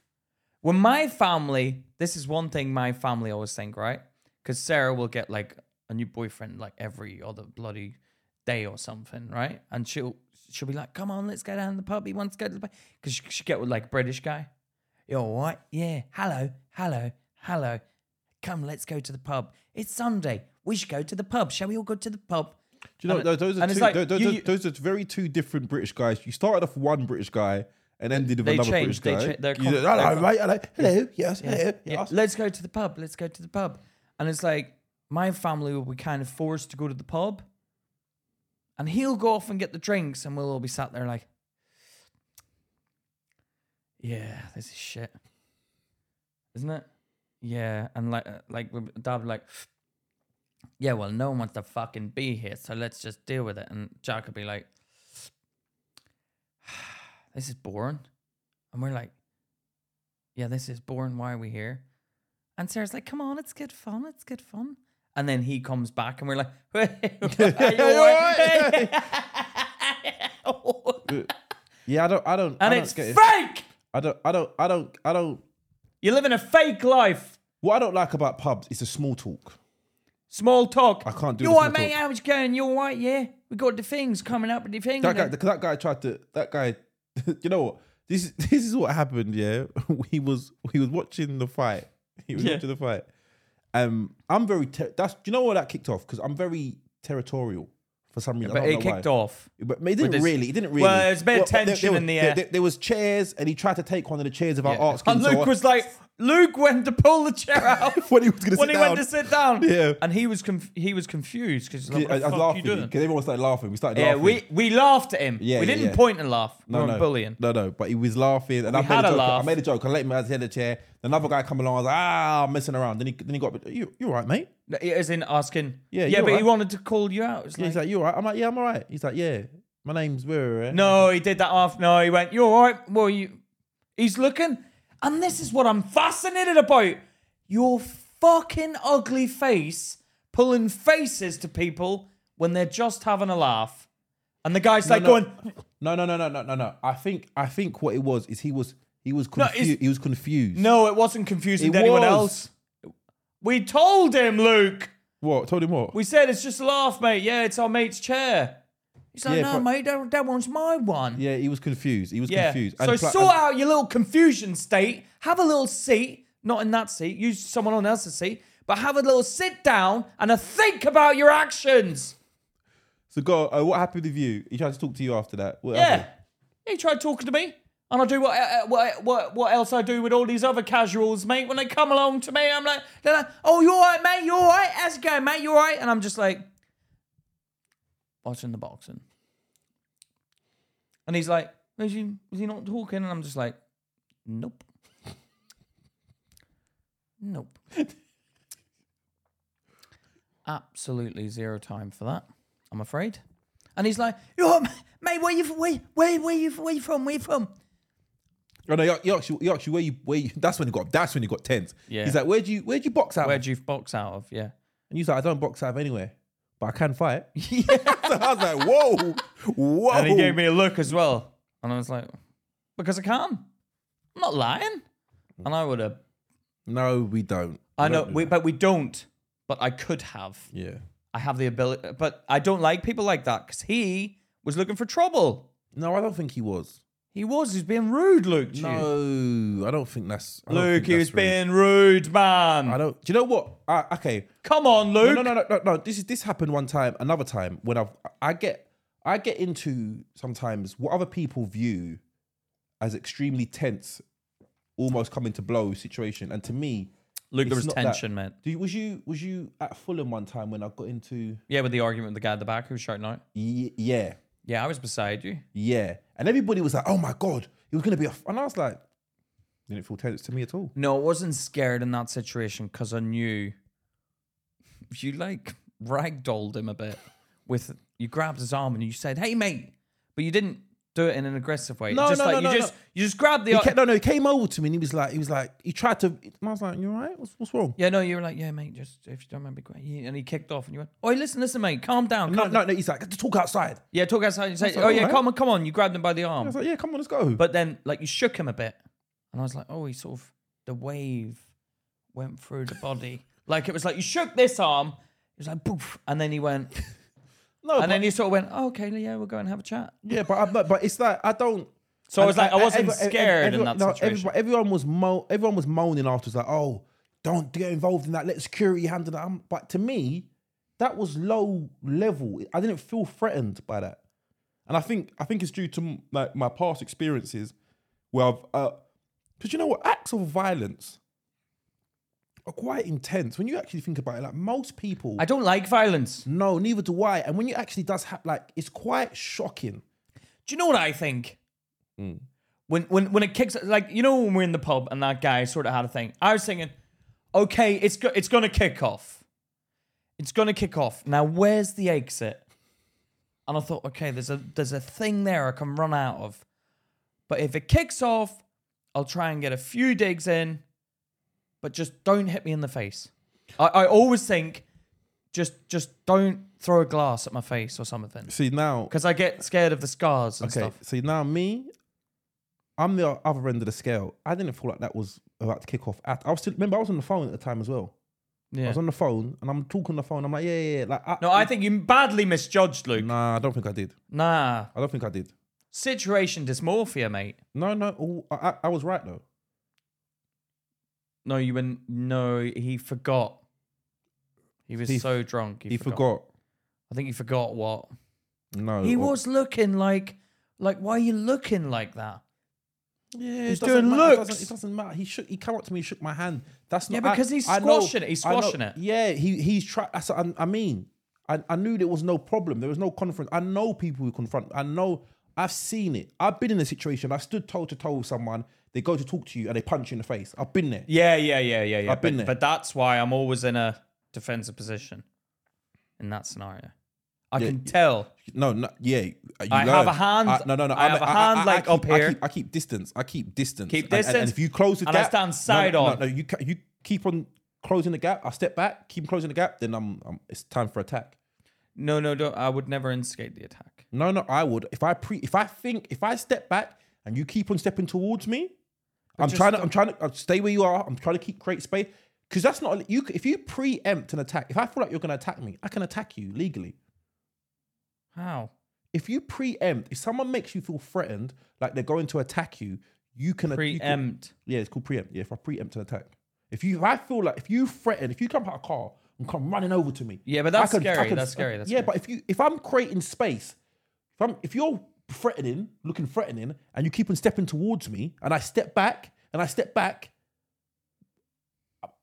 When my family, this is one thing my family always think, right? Because Sarah will get like a new boyfriend like every other bloody day or something, right? And she'll she'll be like, "Come on, let's go down to the pub. He wants to go to the pub." Because she, she get with like British guy. You all right? Yeah. Hello, hello, hello. Come, let's go to the pub. It's Sunday. We should go to the pub. Shall we all go to the pub?
Do you know
And
those, those are
and it's
two,
like,
tho- those,
you-
are-
you-
those are very two different British guys. You started off one British guy and ended with
They
another
changed, they
British guy.
cha- they're
You
com-
said, hello,
they're-
mate, hello, hello, yes, hello,
Yeah,
yes.
let's go to the pub. Let's go to the pub. And it's like my family will be kind of forced to go to the pub, and he'll go off and get the drinks, and we'll all be sat there like, yeah, this is shit, isn't it? Yeah, and like uh, like we- dad would be like. Yeah, well, no one wants to fucking be here, so let's just deal with it. And Jack would be like, [sighs] "This is boring," and we're like, yeah, this is boring. Why are we here? And Sarah's like, come on, it's good fun. It's good fun. And then he comes back and we're like, [laughs]
[laughs]
[laughs] "Are you all right?"
Yeah, I don't, I don't,
and
I don't
it's
get it.
fake.
I don't, I don't, I don't, I don't.
You're living a fake life.
What I don't like about pubs is the small talk.
Small talk.
I can't do
You
the
alright,
small
mate?
talk.
How's it going? You alright? Yeah, we got the things coming up with the thing.
That guy, that guy tried to. That guy, [laughs] you know what? This is [laughs] this is what happened. Yeah, [laughs] he was he was watching the fight. He was
Yeah.
watching the fight. Um, I'm very. Ter- that's do you know what that kicked off because I'm very territorial for some reason. I
but
don't
it
know
kicked
why.
off.
But it didn't
this-
really. It didn't really.
Well, it's a bit of
but there-
tension
there,
in the
was-
air.
There, there was chairs, and he tried to take one of the chairs of our
[laughs]
arts.
And
kids, so
Luke
I-
was like, Luke went to pull the
[laughs]
chair out
when he was going to
when
sit
he
down.
went to sit down.
Yeah.
and he was conf- he was confused because
Yeah,
like,
I, I
what the
was
fuck you
laughing
doing?
because everyone started laughing. We started
Yeah,
laughing.
we, we laughed at him.
Yeah,
we
yeah,
didn't
yeah.
point and laugh. We were
no.
bullying.
No, no, but he was laughing, and I
had a
made a joke.
laugh.
I made a joke. I let him out of the chair. Another guy come along. I was like, ah, I'm messing around. Then he, then he got, a bit, you, you all right, mate?
No, As in asking.
Yeah,
yeah,
you're
but he
right.
wanted to call you out. It's
Yeah, he's
like-
like, you all right? I'm like, yeah, I'm all right. He's like, yeah, my name's Wira.
no, he did that after. No, he went. You're all right. Well, you. He's looking, and this is what I'm fascinated about. Your fucking ugly face pulling faces to people when they're just having a laugh, and the guy's like
no.
going,
no, no, no, no, no, no, no. I think, I think what it was is he was, he was
it's-
confused. he was confused.
"No, it wasn't confusing
It
to anyone
was.
else." We told him, Luke.
What? Told him what?
We said it's just a laugh, mate. Yeah, it's our mate's chair. He's like,
Yeah,
no,
but-
mate, that, that one's my one. Yeah.
yeah, he was confused. He was confused.
So
pla-
sort out your little confusion state. Have a little seat, not in that seat. Use someone on else's seat, but have a little sit down and a think about your actions.
so go. Uh, what happened with you? He tried to talk to you after that. What
Yeah.
happened?
He tried talking to me, and I do what, uh, uh, what what what else I do with all these other casuals, mate. When they come along to me, I'm like, they're like, "Oh, you all right, mate? You all right? How's it going, mate? You all right?" And I'm just like, watching the boxing. And he's like, "Is he is he not talking?" And I'm just like, "Nope, [laughs] nope." Absolutely zero time for that. I'm afraid. And he's like, "Yo, mate, where you where where where you where you from? Where you from?"
Oh no, he actually, he actually, where you, where you? [laughs] That's when he got. That's when he got tense.
Yeah.
He's like, where'd you, where'd you box out?
Where'd you box out of? Yeah.
And he's like, I don't box out of anywhere, but I
[laughs]
can fight. [laughs] so I was like, whoa, whoa.
And he gave me a look as well, and I was like, "Because I can. I'm not lying." And I would have.
no, we don't.
I know,
don't do
we,
that.
but we don't. But I could have.
yeah.
I have the ability, but I don't like people like that because he was looking for trouble.
No, I don't think he was.
He was. He was being rude, Luke. to you.
No, I don't think that's. I don't
Luke,
think
he was
that's rude.
being rude, man.
I don't. Do you know what? I, okay.
Come on, Luke.
No, no, no, no, no. This is this happened one time. Another time when I've I get I get into sometimes what other people view as extremely tense, almost coming to blows situation, and to me,
Luke, there was
it's not that.
tension, man.
Do you, was you was you at Fulham one time when I got into
Yeah, with the argument with the guy at the back who was shouting out.
y- yeah
Yeah, I was beside you.
yeah, and everybody was like, oh my god, it was gonna be a, f-. and I was like, didn't feel tense to me at all.
No, I wasn't scared in that situation because I knew you like ragdolled him a bit with you grabbed his arm and you said, "Hey, mate," but you didn't do it in an aggressive way.
No,
just
no,
like
no,
you
no,
just
no.
you just grabbed the
He
arm.
ca- no, no, he came over to me and he was like, he was like, he tried to, and I was like, you all right? What's, what's wrong?
yeah, no, you were like, "Yeah, mate, just if you don't mind, be quiet." Yeah, And he kicked off and you went, "Oh, listen, listen, mate, calm down."
No,
Calm down.
no, no. He's like, talk outside.
Yeah, talk outside. You say,
like,
"Oh yeah,
alright.
come on, come on." You grabbed him by the
I
arm,
was like, yeah, come on, let's go.
but then like you shook him a bit, and I was like, "Oh, he sort of the wave went through the body." like it was like you shook this arm. It was like poof, and then he went.
no, but,
And then he sort of went, "Oh, okay, yeah, we'll go and have a chat."
yeah, but, I, but but it's like I don't.
So I was like, I wasn't
every- every-
scared in
everyone-
that situation.
Everyone, everyone was mo- everyone was moaning afterwards, like, oh, don't get involved in that. Let security handle that. Um, But to me, that was low level. I didn't feel threatened by that, and I think I think it's due to m- like my past experiences where I've. Uh, because you know what, acts of violence are quite intense when you actually think about it. Like most people,
I don't like violence. Do
no, neither do I. And when it actually does happen, like it's quite shocking.
you know what I think? When when when it kicks, like you know, when we're in the pub and that guy sort of had a thing. I was thinking, okay, it's go- it's gonna kick off. It's gonna kick off. Now where's the exit? And I thought, okay, there's a there's a thing there I can run out of. But if it kicks off, I'll try and get a few digs in, but just don't hit me in the face. I, I always think just just don't throw a glass at my face or something
See now,
because I get scared of the scars and
okay.
stuff.
See now, me, I'm the other end of the scale. I didn't feel like that was about to kick off. At I was still remember I was on the phone at the time as well. I
Yeah.
was on the phone and I'm talking on the phone. I'm like, yeah, yeah, yeah. like I,
No, I think you badly misjudged Luke.
nah, I don't think I did.
Nah,
I don't think I did.
situation dysmorphia, mate.
No, no, all, I, I- I was right though.
No, you were no. He forgot. He was
He-
so drunk. He,
He
forgot.
forgot.
I think he forgot what
No,
he
or-
was looking like. Like, why are you looking like that?
Yeah,
He's
it doesn't
doing
matter, it
looks.
doesn't- It doesn't matter. He shook. He came up to me, and shook my hand. That's
Yeah,
not. I-
because he's
I know-
squashing it, he's
I know-
squashing it.
Yeah, he he's trying. That's what I, I mean. I, I knew there was no problem. There was no confront. I know people who confront. I know. I've seen it. I've been in a situation. I stood toe to toe with someone. They go to talk to you and they punch you in the face. I've been there.
Yeah, yeah, yeah, yeah, yeah.
I've been
but,
there.
but that's why I'm always in a defensive position in that scenario. I
Yeah,
can
y-
tell.
No, no, yeah. You
I
learn.
have a hand-
I- no, no, no.
I have a hand like
keep,
up here.
I keep, I keep distance. I keep distance.
Keep
And- and- And,
distance.
if you close the
And I
gap,
stand
no,
side
no,
on.
No, no, you ca- you keep on closing the gap. I step back. Keep closing the gap. Then I'm, I'm it's time for attack.
No, no, don't. I would never instigate the attack.
No, no. I would if I pre if I think if I step back and you keep on stepping towards me. I'm
just
trying, to,
don't-
I'm trying to. i stay where you are. I'm trying to keep create space because that's not you. If you preempt an attack, if I feel like you're going to attack me, I can attack you legally.
How?
if you preempt, if someone makes you feel threatened, like they're going to attack you, you can you can-
Preempt. [laughs]
yeah, it's called preempt. Yeah, if I preempt an attack, if you, if I feel like if you threaten, if you come out of a car and come running over to me,
Yeah, but
I
that's
can- I
scary.
can-
that's scary. That's
yeah,
scary.
but if you, if I'm creating space, if I'm, if you're threatening, looking threatening, and you keep on stepping towards me, and I step back, and I step back,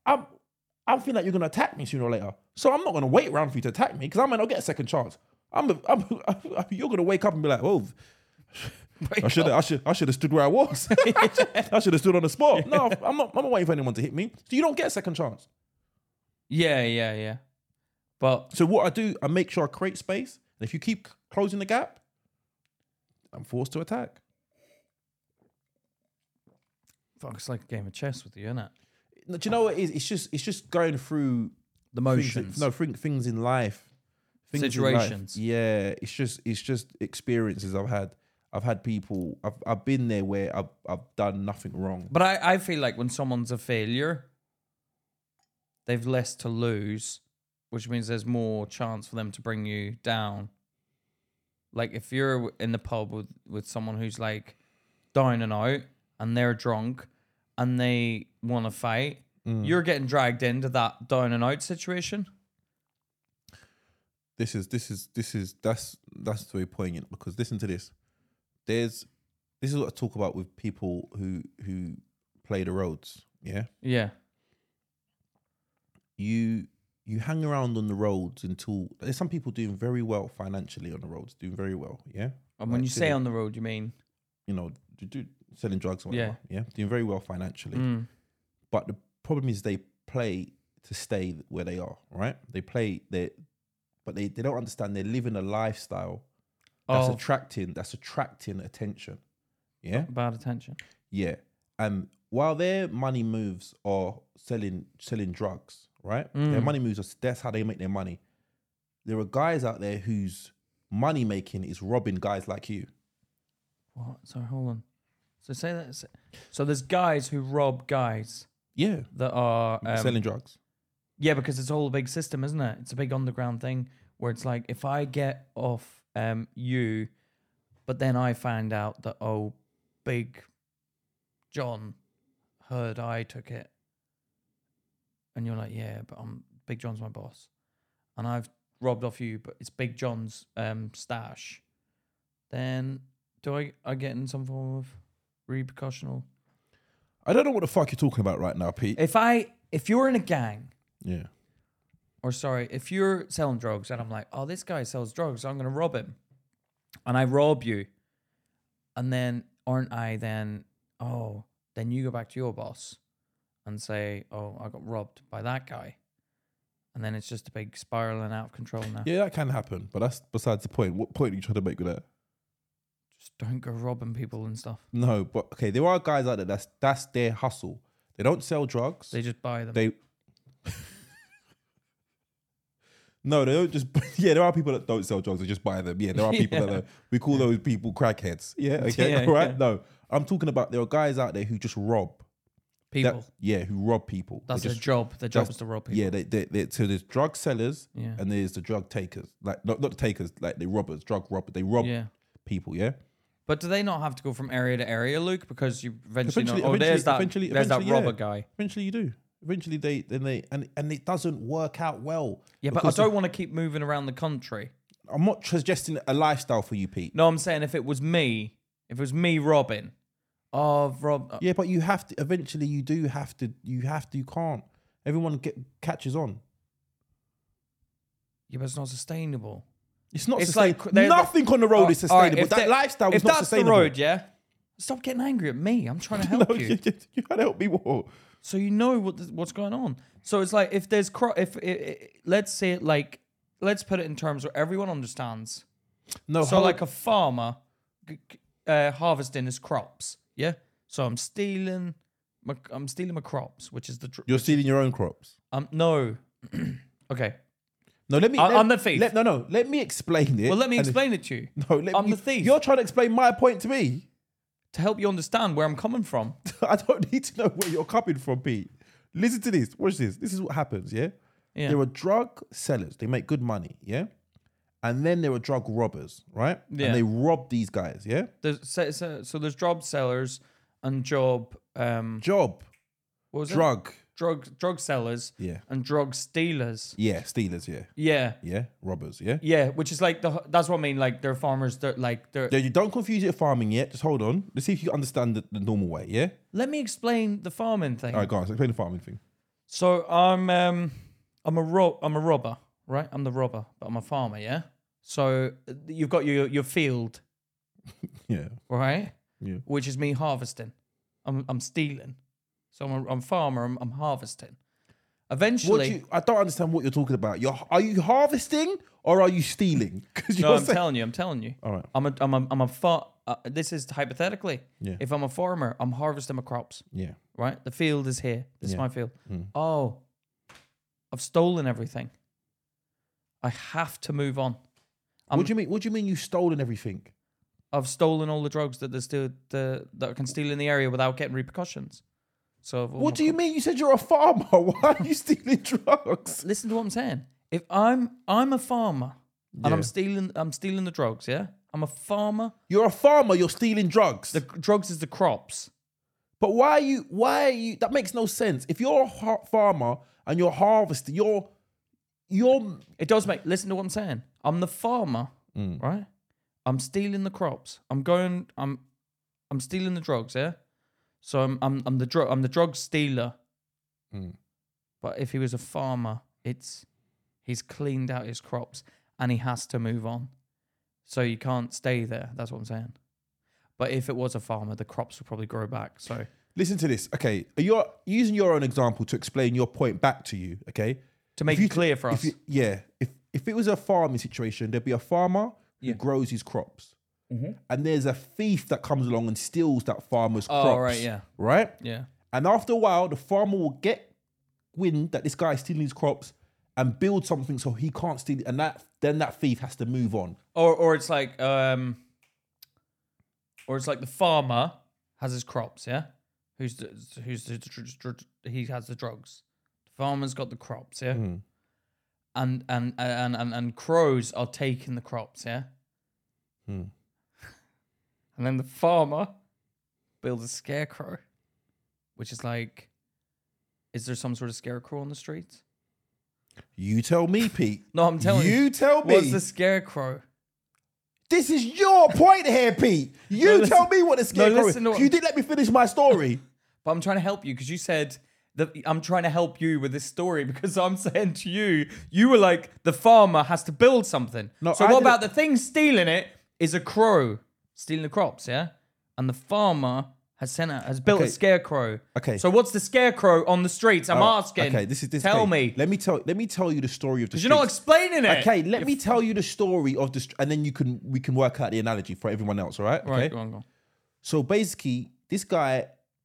I'm, I'm feeling like you're gonna attack me sooner or later. So I'm not gonna wait around for you to attack me because I might not get a second chance. I'm, I'm, [laughs] you're gonna wake up and be like, oh, I should, I should, I should have stood where I [laughs] was. I should have stood on the spot. No, I'm not, I'm not waiting for anyone to hit me. So you don't get a second chance.
Yeah, yeah, yeah. But
So what I do, I make sure I create space. And if you keep c- closing the gap, I'm forced to attack.
fuck, it's like a game of chess with you, innit?
No, Do you know what it is? It's just, it's just going through
The
Things, no, thing, things in life. Things in life.
Situations.
Yeah, it's just it's just experiences I've had. I've had people. I've I've been there where I've I've done nothing wrong.
But I, I feel like when someone's a failure, they've less to lose, which means there's more chance for them to bring you down. Like if you're in the pub with, with someone who's like down and out and they're drunk and they want to fight, you're getting dragged into that down and out situation.
This is this is this is that's that's very poignant because listen to this. There's this is what I talk about with people who who play the roads. Yeah,
Yeah.
you you hang around on the roads until there's some people doing very well financially on the roads, doing very well. Yeah,
And when
Like
you say
doing-
on the road, you mean
you know, do, do, selling drugs or whatever. Yeah. doing very well financially.
Mm.
But the problem is they play to stay where they are, right? They play they, but they, they don't understand they're living a lifestyle that's
oh,
attracting that's attracting attention. Yeah,
bad attention.
yeah. And while their money moves are selling selling drugs, right? Their
Mm.
money moves are that's how they make their money. There are guys out there whose money making is robbing guys like you.
What? Sorry, hold on. So say that. say- So there's guys who rob guys
Yeah,
that are um,
selling drugs.
Yeah, because it's all a big system, isn't it? It's a big underground thing where it's like if I get off um you, but then I find out that oh, big John heard I took it, and you're like, yeah, but I'm Big John's my boss, and I've robbed off you, but it's Big John's um stash. Then do I I get in some form of repercussional?
I don't know what the fuck you're talking about right now, Pete.
If I if you're in a gang
Yeah.
or sorry, if you're selling drugs and I'm like, oh, this guy sells drugs, I'm gonna rob him, and I rob you, and then aren't I then? Oh, then you go back to your boss and say, oh, I got robbed by that guy, and then it's just a big spiraling out of control now.
Yeah, that can happen, but that's besides the point. What point are you trying to make with that?
Just don't go robbing people and stuff.
No, but okay, there are guys out there that's that's their hustle. They don't sell drugs.
They just buy them.
They No, they don't just. [laughs] Yeah, there are people that don't sell drugs; they just buy them. Yeah, there are
[laughs]
people that don't. we call those people crackheads. Yeah, okay,
Yeah,
all [laughs] right.
yeah.
No, I'm talking about there are guys out there who just rob. that-
People.
yeah, who rob people. They
that's their
just
job. Their job
that's-
is to rob people.
Yeah, they, they, they, so there's drug sellers
Yeah.
and there's the drug takers. Like not, not the takers, like the robbers, drug robbers. They rob
Yeah.
people. Yeah.
But do they not have to go from area to area, Luke? Because you eventually,
Eventually-
know, oh, there's
eventually-
that,
eventually-
there's that
eventually, yeah.
robber guy.
Eventually, you do. Eventually, they then they and and it doesn't work out well.
Yeah, but I
because
don't want to keep moving around the country.
I'm not suggesting a lifestyle for you, Pete.
No, I'm saying if it was me, if it was me robbing, oh, rob,
Yeah, but you have to. Eventually, you do have to. You have to. You can't. Everyone get, catches on.
yeah, but it's not sustainable.
It's not
It's
sustainable.
like- there's-
Nothing on the road is
All right,
sustainable.
if
that
they-
lifestyle
if
is not
that's
sustainable. [laughs]
the road, yeah. Stop getting angry at me. I'm trying to help
No,
you.
you, you, [laughs] you gotta help me more.
so you know what th- what's going on. So it's like if there's cro- if it, it, let's say it like let's put it in terms where everyone understands.
No,
So
how-
like a farmer g- g- uh, harvesting his crops, yeah. So I'm stealing my I'm stealing my crops, which is the tr-
you're stealing your own crops.
um no. [clears throat] okay,
No, let me.
I-
let-
I'm the thief.
let- no, no, let me explain it.
well let me
and-
explain it to you
[laughs] No, let
I'm
me-
the thief.
You're trying to explain my point to me.
to help you understand where I'm coming from.
[laughs] I don't need to know where you're coming from, Pete. Listen to this. Watch this. This is what happens. Yeah.
Yeah.
There are drug sellers. They make good money. Yeah. And then there are drug robbers, right?
Yeah.
And they rob these guys. Yeah.
There's, so, so, so there's job sellers and job um
Job,
what was it?
drug.
drug drug sellers
Yeah.
and drug stealers.
Yeah. Stealers. Yeah.
Yeah.
Yeah. Robbers. Yeah.
Yeah, which is like the that's what I mean. Like they're farmers. They're like they're.
Yeah, you don't confuse it with farming yet. Just hold on. Let's see if you understand the, the normal way. Yeah.
Let me explain the farming thing.
All right, guys, explain the farming thing.
So I'm um I'm a rob I'm a robber, right? I'm the robber, but I'm a farmer. Yeah. So uh, you've got your your field,
Yeah.
right?
Yeah.
Which is me harvesting. I'm I'm stealing. So I'm a, I'm a farmer. I'm, I'm harvesting.
What
Eventually,
do you, I don't understand what you're talking about. You're are you harvesting or are you stealing? [laughs] Because you're
no, I'm
saying,
telling you. I'm telling you.
all right.
I'm a I'm a I'm a far. Uh, this is hypothetically.
Yeah.
If I'm a farmer, I'm harvesting my crops.
Yeah.
right? The field is here. This is
Yeah. Hmm.
my field. Oh, I've stolen everything. I have to move on.
what do you mean? What do you mean you've stolen everything?
I've stolen all the drugs that there's still the that I can steal in the area without getting repercussions. So I've-
What do you mean? You said you're a farmer. [laughs] Why are you stealing drugs?
Listen to what I'm saying. If I'm I'm a farmer and
Yeah.
I'm stealing I'm stealing the drugs, yeah. I'm a farmer.
You're a farmer. You're stealing drugs.
The drugs is the crops.
but why are you? Why are you? That makes no sense. If you're a har- farmer and you're harvesting, you're you're
It does make. Listen to what I'm saying. I'm the farmer,
Mm.
right? I'm stealing the crops. I'm going. I'm. I'm stealing the drugs. Yeah. So I'm. I'm. I'm the drug. I'm the drug stealer.
Mm.
But if he was a farmer, it's he's cleaned out his crops and he has to move on. So you can't stay there. That's what I'm saying. But if it was a farmer, the crops would probably grow back. So
listen to this. Okay, you're using your own example to explain your point back to you. Okay,
to make
you
it clear for
if
us,
you, yeah, if if it was a farming situation, there'd be a farmer who grows his crops,
Mm-hmm.
and there's a thief that comes along and steals that farmer's
Oh,
crops.
right, yeah.
right.
yeah.
And after a while, the farmer will get wind that this guy is stealing his crops and build something so he can't steal. it. And that then that thief has to move on.
or or it's like um or it's like the farmer has his crops yeah who's the, who's the, dr- dr- dr- he has the drugs the farmer's got the crops
Hmm.
yeah and, and and and and crows are taking the crops yeah
Hmm.
[laughs] and then the farmer builds a scarecrow which is like is there some sort of scarecrow on the street
You tell me, Pete.
[laughs] no i'm telling you
you tell me.
what's the scarecrow
This is your point here, Pete. You
No, listen-
tell me what the scarecrow is.
listen to what-
You didn't let me finish my
[laughs]
story.
But I'm trying to help you because you said that I'm trying to help you with this story [laughs] because I'm saying to you, you were like the farmer has to build something.
No,
so
I
what
didn't-
about the thing stealing it is a crow stealing the crops, yeah? And the farmer has sent out, has built
Okay.
a scarecrow.
Okay.
So what's the scarecrow on the streets? I'm
Oh,
asking.
Okay, this is this.
Tell
okay,
me.
Let me tell. Let me tell you the story of the.
You're not
streets.
explaining it.
Okay, let me tell you the story of this, and then you can we can work out the analogy for everyone else. All right.
Right,
Okay?
go on, go on.
So basically, this guy,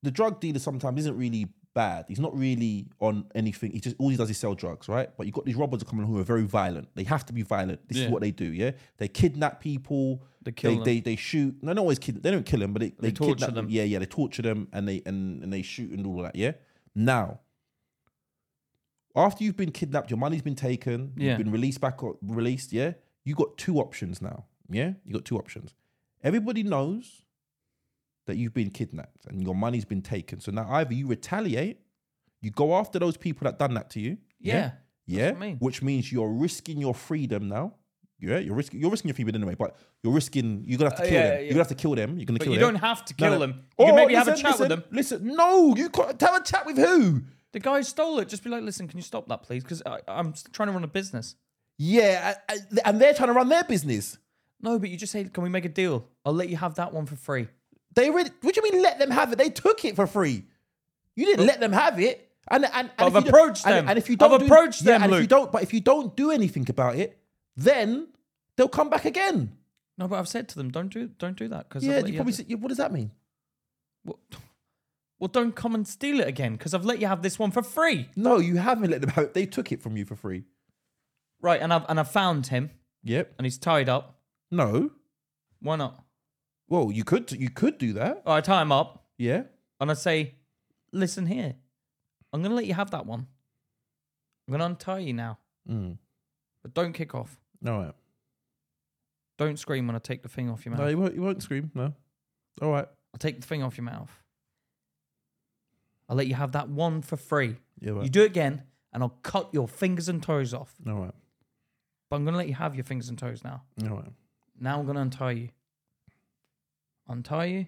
the drug dealer, sometimes isn't really bad. He's not really on anything. He just all he does is sell drugs, right? But you've got these robbers coming who are very violent. They have to be violent. This
Yeah.
is what they do. Yeah, they kidnap people.
They kill
They
them.
they, they shoot. No, no, always kid. They don't kill them, but they, they,
torture
kidnap
them.
Yeah, yeah, they torture them and they and, and they shoot and all of that. Yeah. Now, after you've been kidnapped, your money's been taken.
Yeah.
You've been released back. o- Released. Yeah. You got two options now. Yeah, you got two options. Everybody knows that you've been kidnapped and your money's been taken. So now either you retaliate, you go after those people that done that to you.
Yeah.
Yeah.
what I mean.
Which means you're risking your freedom now. Yeah, you're risking you're risking your freedom anyway, but you're risking you're gonna have to
Uh,
kill
yeah,
them.
yeah.
You're gonna have to kill them. You're gonna
But
kill
you
them.
don't have to
No,
kill
no.
them. You
Oh,
can maybe have a
listen,
chat with
listen,
them.
Listen, no, you can't have a chat with who?
The guy who stole it. Just be like, listen, can you stop that, please? Because I'm s- trying to run a business.
Yeah, I- I- and they're trying to run their business.
No, but you just say, can we make a deal? I'll let you have that one for free.
They really, what do you mean let them have it? They took it for free. You didn't let them have it. And and, and
I've
if you don't-
approached
and-
them.
And if you
I've
don't do-
approached
yeah,
them,
and if you
Luke.
don't, but if you don't do anything about it, then they'll come back again.
No, but I've said to them, don't do, don't do that. Because
Yeah, you probably. Said, yeah, what does that mean?
Well, [laughs] well, don't come and steal it again because I've let you have this one for free.
No, you haven't let them have it. They took it from you for free.
Right, and I've and I found him
Yep.
and he's tied up.
No.
Why not?
Well, you could you could do that.
Oh, I tie him up
Yeah.
and I say, listen here, I'm gonna let you have that one. I'm gonna untie you now,
Mm.
but don't kick off.
All right.
Don't scream when I take the thing off your mouth.
No, you won't. You won't scream. No. All right.
I'll take the thing off your mouth. I'll let you have that one for free.
Yeah.
You
Right.
do it again, and I'll cut your fingers and toes off.
All right.
But I'm gonna let you have your fingers and toes now.
All right.
Now I'm gonna untie you. Untie you.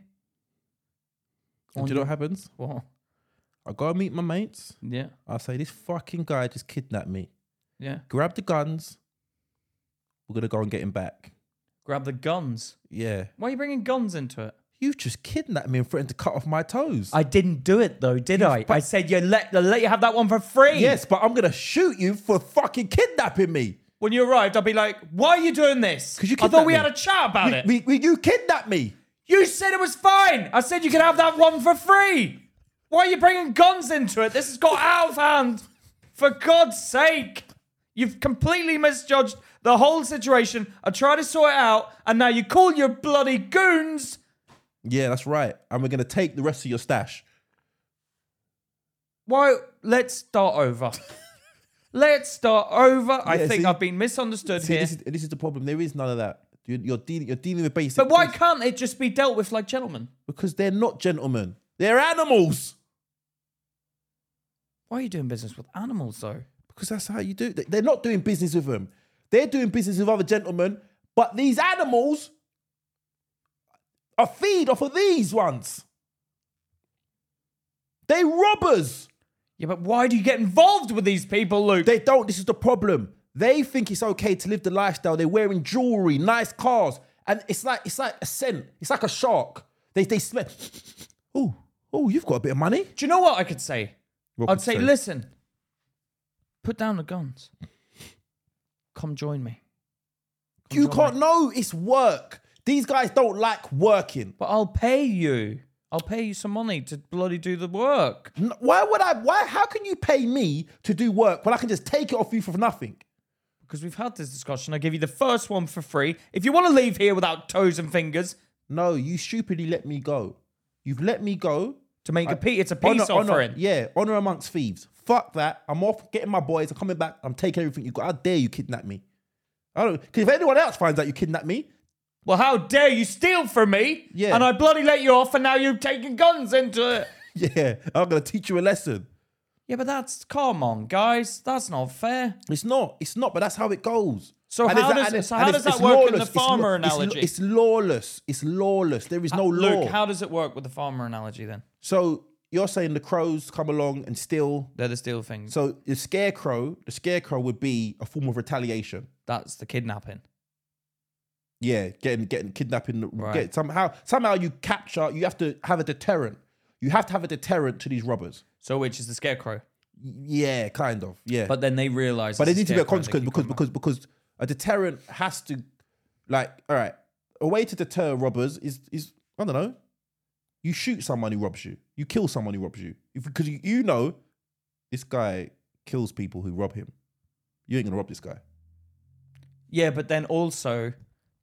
And do you know what happens?
What?
I go meet my mates.
Yeah,
I say this fucking guy just kidnapped me.
yeah.
Grab the guns. We're gonna go and get him back.
Grab the guns.
Yeah.
Why are you bringing guns into it?
You just kidnapped me and threatened to cut off my toes.
I didn't do it though, did I?
but-
I said you let I'll let you have that one for free.
yes, but I'm gonna shoot you for fucking kidnapping me.
When you arrived, I'll be like, "Why are you doing this?"
'Cause you
I thought
kidnapped
we
me.
had a chat about it.
We, we, you kidnapped me.
you said it was fine. I said you could have that one for free. Why are you bringing guns into it? This has got out of hand. For God's sake, you've completely misjudged the whole situation. I tried to sort it out, and now you call your bloody goons.
Yeah, that's right. And we're gonna take the rest of your stash.
Why? Let's start
[laughs]
over. Let's start over. I
Yeah,
think
see-
I've been misunderstood
See,
here.
this is, this is the problem. There is none of that. You're, you're dealing. You're dealing with basic.
but why
things
can't it just be dealt with like gentlemen?
Because they're not gentlemen. They're animals.
Why are you doing business with animals though?
Because that's how you do. they- They're not doing business with them. They're doing business with other gentlemen. But these animals are feed off of these ones. They robbers.
Yeah, but why do you get involved with these people, Luke?
They don't. This is the problem. They think it's okay to live the lifestyle. They're wearing jewelry, nice cars, and it's like it's like a scent. It's like a shark. They they smell. [laughs] Oh oh, you've got a bit of money.
do you know what I could say?
What
I'd
could
say,
you say?
listen, put down the guns. Come join me.
You can't know it's work. These guys don't like working.
But I'll pay you. I'll pay you some money to bloody do the work.
N- Why would I? Why? How can you pay me to do work when I can just take it off you for nothing?
Because we've had this discussion. I give you the first one for free. If you want to leave here without toes and fingers,
No, you stupidly let me go. You've let me go.
to make a pe- it's a
Honor-
peace
honor-
offering.
oh, yeah, honor amongst thieves. Fuck that. I'm off getting my boys. I'm coming back. I'm taking everything you got. How dare you kidnap me? I don't. Because if anyone else finds out you kidnapped me, [laughs]
Well, how dare you steal from me?
Yeah.
And I bloody let you off, and now you're taking guns into it. [laughs]
yeah, I'm gonna teach you a lesson.
yeah, but that's come on, guys. That's not fair.
It's not. It's not. But that's how it goes.
So
And it's
how
not-
does-
and
so
and
how
it's-
does that
it's
work in the
lawless. It's law-
farmer
it's law-
analogy? Uh,
It's, lawless. It's lawless. There is no law.
Luke, how does it work with the farmer analogy then?
so you're saying the crows come along and steal.
They're the steal things.
So the scarecrow, the scarecrow would be a form of retaliation.
that's the kidnapping.
Yeah, getting getting kidnapping.
Right.
Get, somehow somehow you capture. You have to have a deterrent. You have to have a deterrent to these robbers.
So which is the scarecrow?
Yeah, kind of. Yeah, but,
But then they realize.
there needs to be a consequence because because because a deterrent has to, like, all right, a way to deter robbers is is I don't know, you shoot someone who robs you. You kill someone who robs you because you, you know this guy kills people who rob him. You ain't gonna rob this guy.
Yeah, but then also,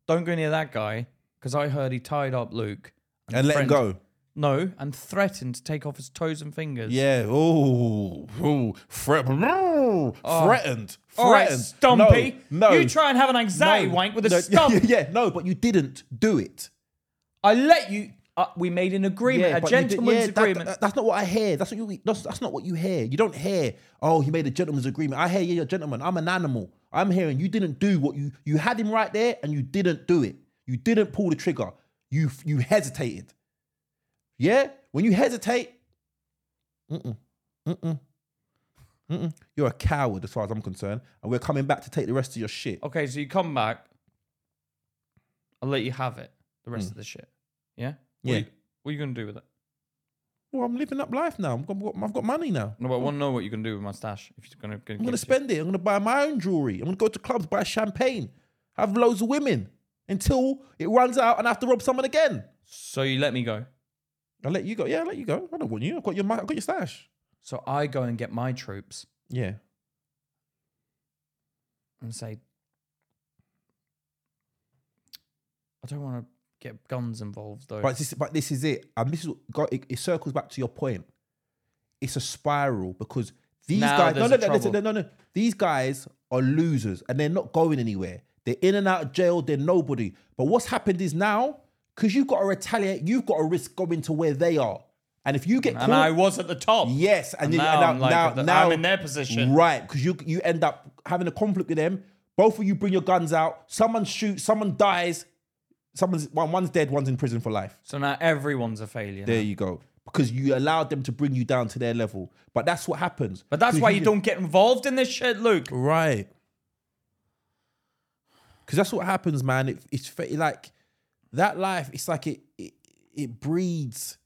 don't go near that guy because I heard he tied up Luke
and let him
friend-
go.
No, and threatened to take off his toes and fingers.
Yeah. Ooh. Ooh. Thre- Ooh. Threatened.
Oh. All right,
Threatened.
Stumpy.
No. no
You try and have an anxiety wank with a
no, [laughs]
stump.
Yeah, no, but you didn't do it.
I let you. Uh, we made an agreement, a
but you did-
gentleman's
yeah, that-
agreement.
that- that's not what I hear. That's what you. That's, that's not what you hear. You don't hear. Oh, he made a gentleman's agreement. I hear yeah, you're a gentleman. I'm an animal. I'm hearing you didn't do what you you had him right there and you didn't do it. You didn't pull the trigger. You you hesitated. Yeah, when you hesitate, mm-mm, mm-mm, mm-mm. you're a coward as far as I'm concerned, and we're coming back to take the rest of your shit.
okay, so you come back. I'll let you have it. The rest of the shit. Yeah. What
Hmm. Yeah.
Are you, what are you gonna do with it?
Well, Oh, I'm living up life now. I've got, I've got money now.
No, but I want to know what you're gonna do with my stash. If you're gonna,
I'm gonna spend it. I'm gonna buy my own jewelry. I'm gonna go to clubs, buy champagne, have loads of women until it runs out and I have to rob someone again.
So you let me go.
I'll let you go. Yeah, I'll let you go. I don't want you. I've got your money. I've got your stash.
So I go and get my troops
Yeah.
and say, I don't want to get guns involved though.
But this, but this is it. And this is what got, it, it circles back to your point. It's a spiral because these
Now
guys. No,
there's
no,
a
no, listen, no,
trouble.
no, no. These guys are losers and they're not going anywhere. They're in and out of jail. They're nobody. But what's happened is now because you've got to retaliate. You've got to risk going to where they are. And if you get
and
caught,
I was at the top.
Yes, and, then-
now, I'm
and now,
like,
now,
at the-
now-
I'm in their position.
right? Because you you end up having a conflict with them. Both of you bring your guns out. Someone shoots. Someone dies. Someone's one, one's dead. One's in prison for life.
So now everyone's a failure.
There
now.
you go. Because you allowed them to bring you down to their level. But that's what happens.
But that's
'Cause
why you don't get involved in this shit, Luke.
Right. Because that's what happens, man. It, it's fa- like that life. It's like it, it it breeds.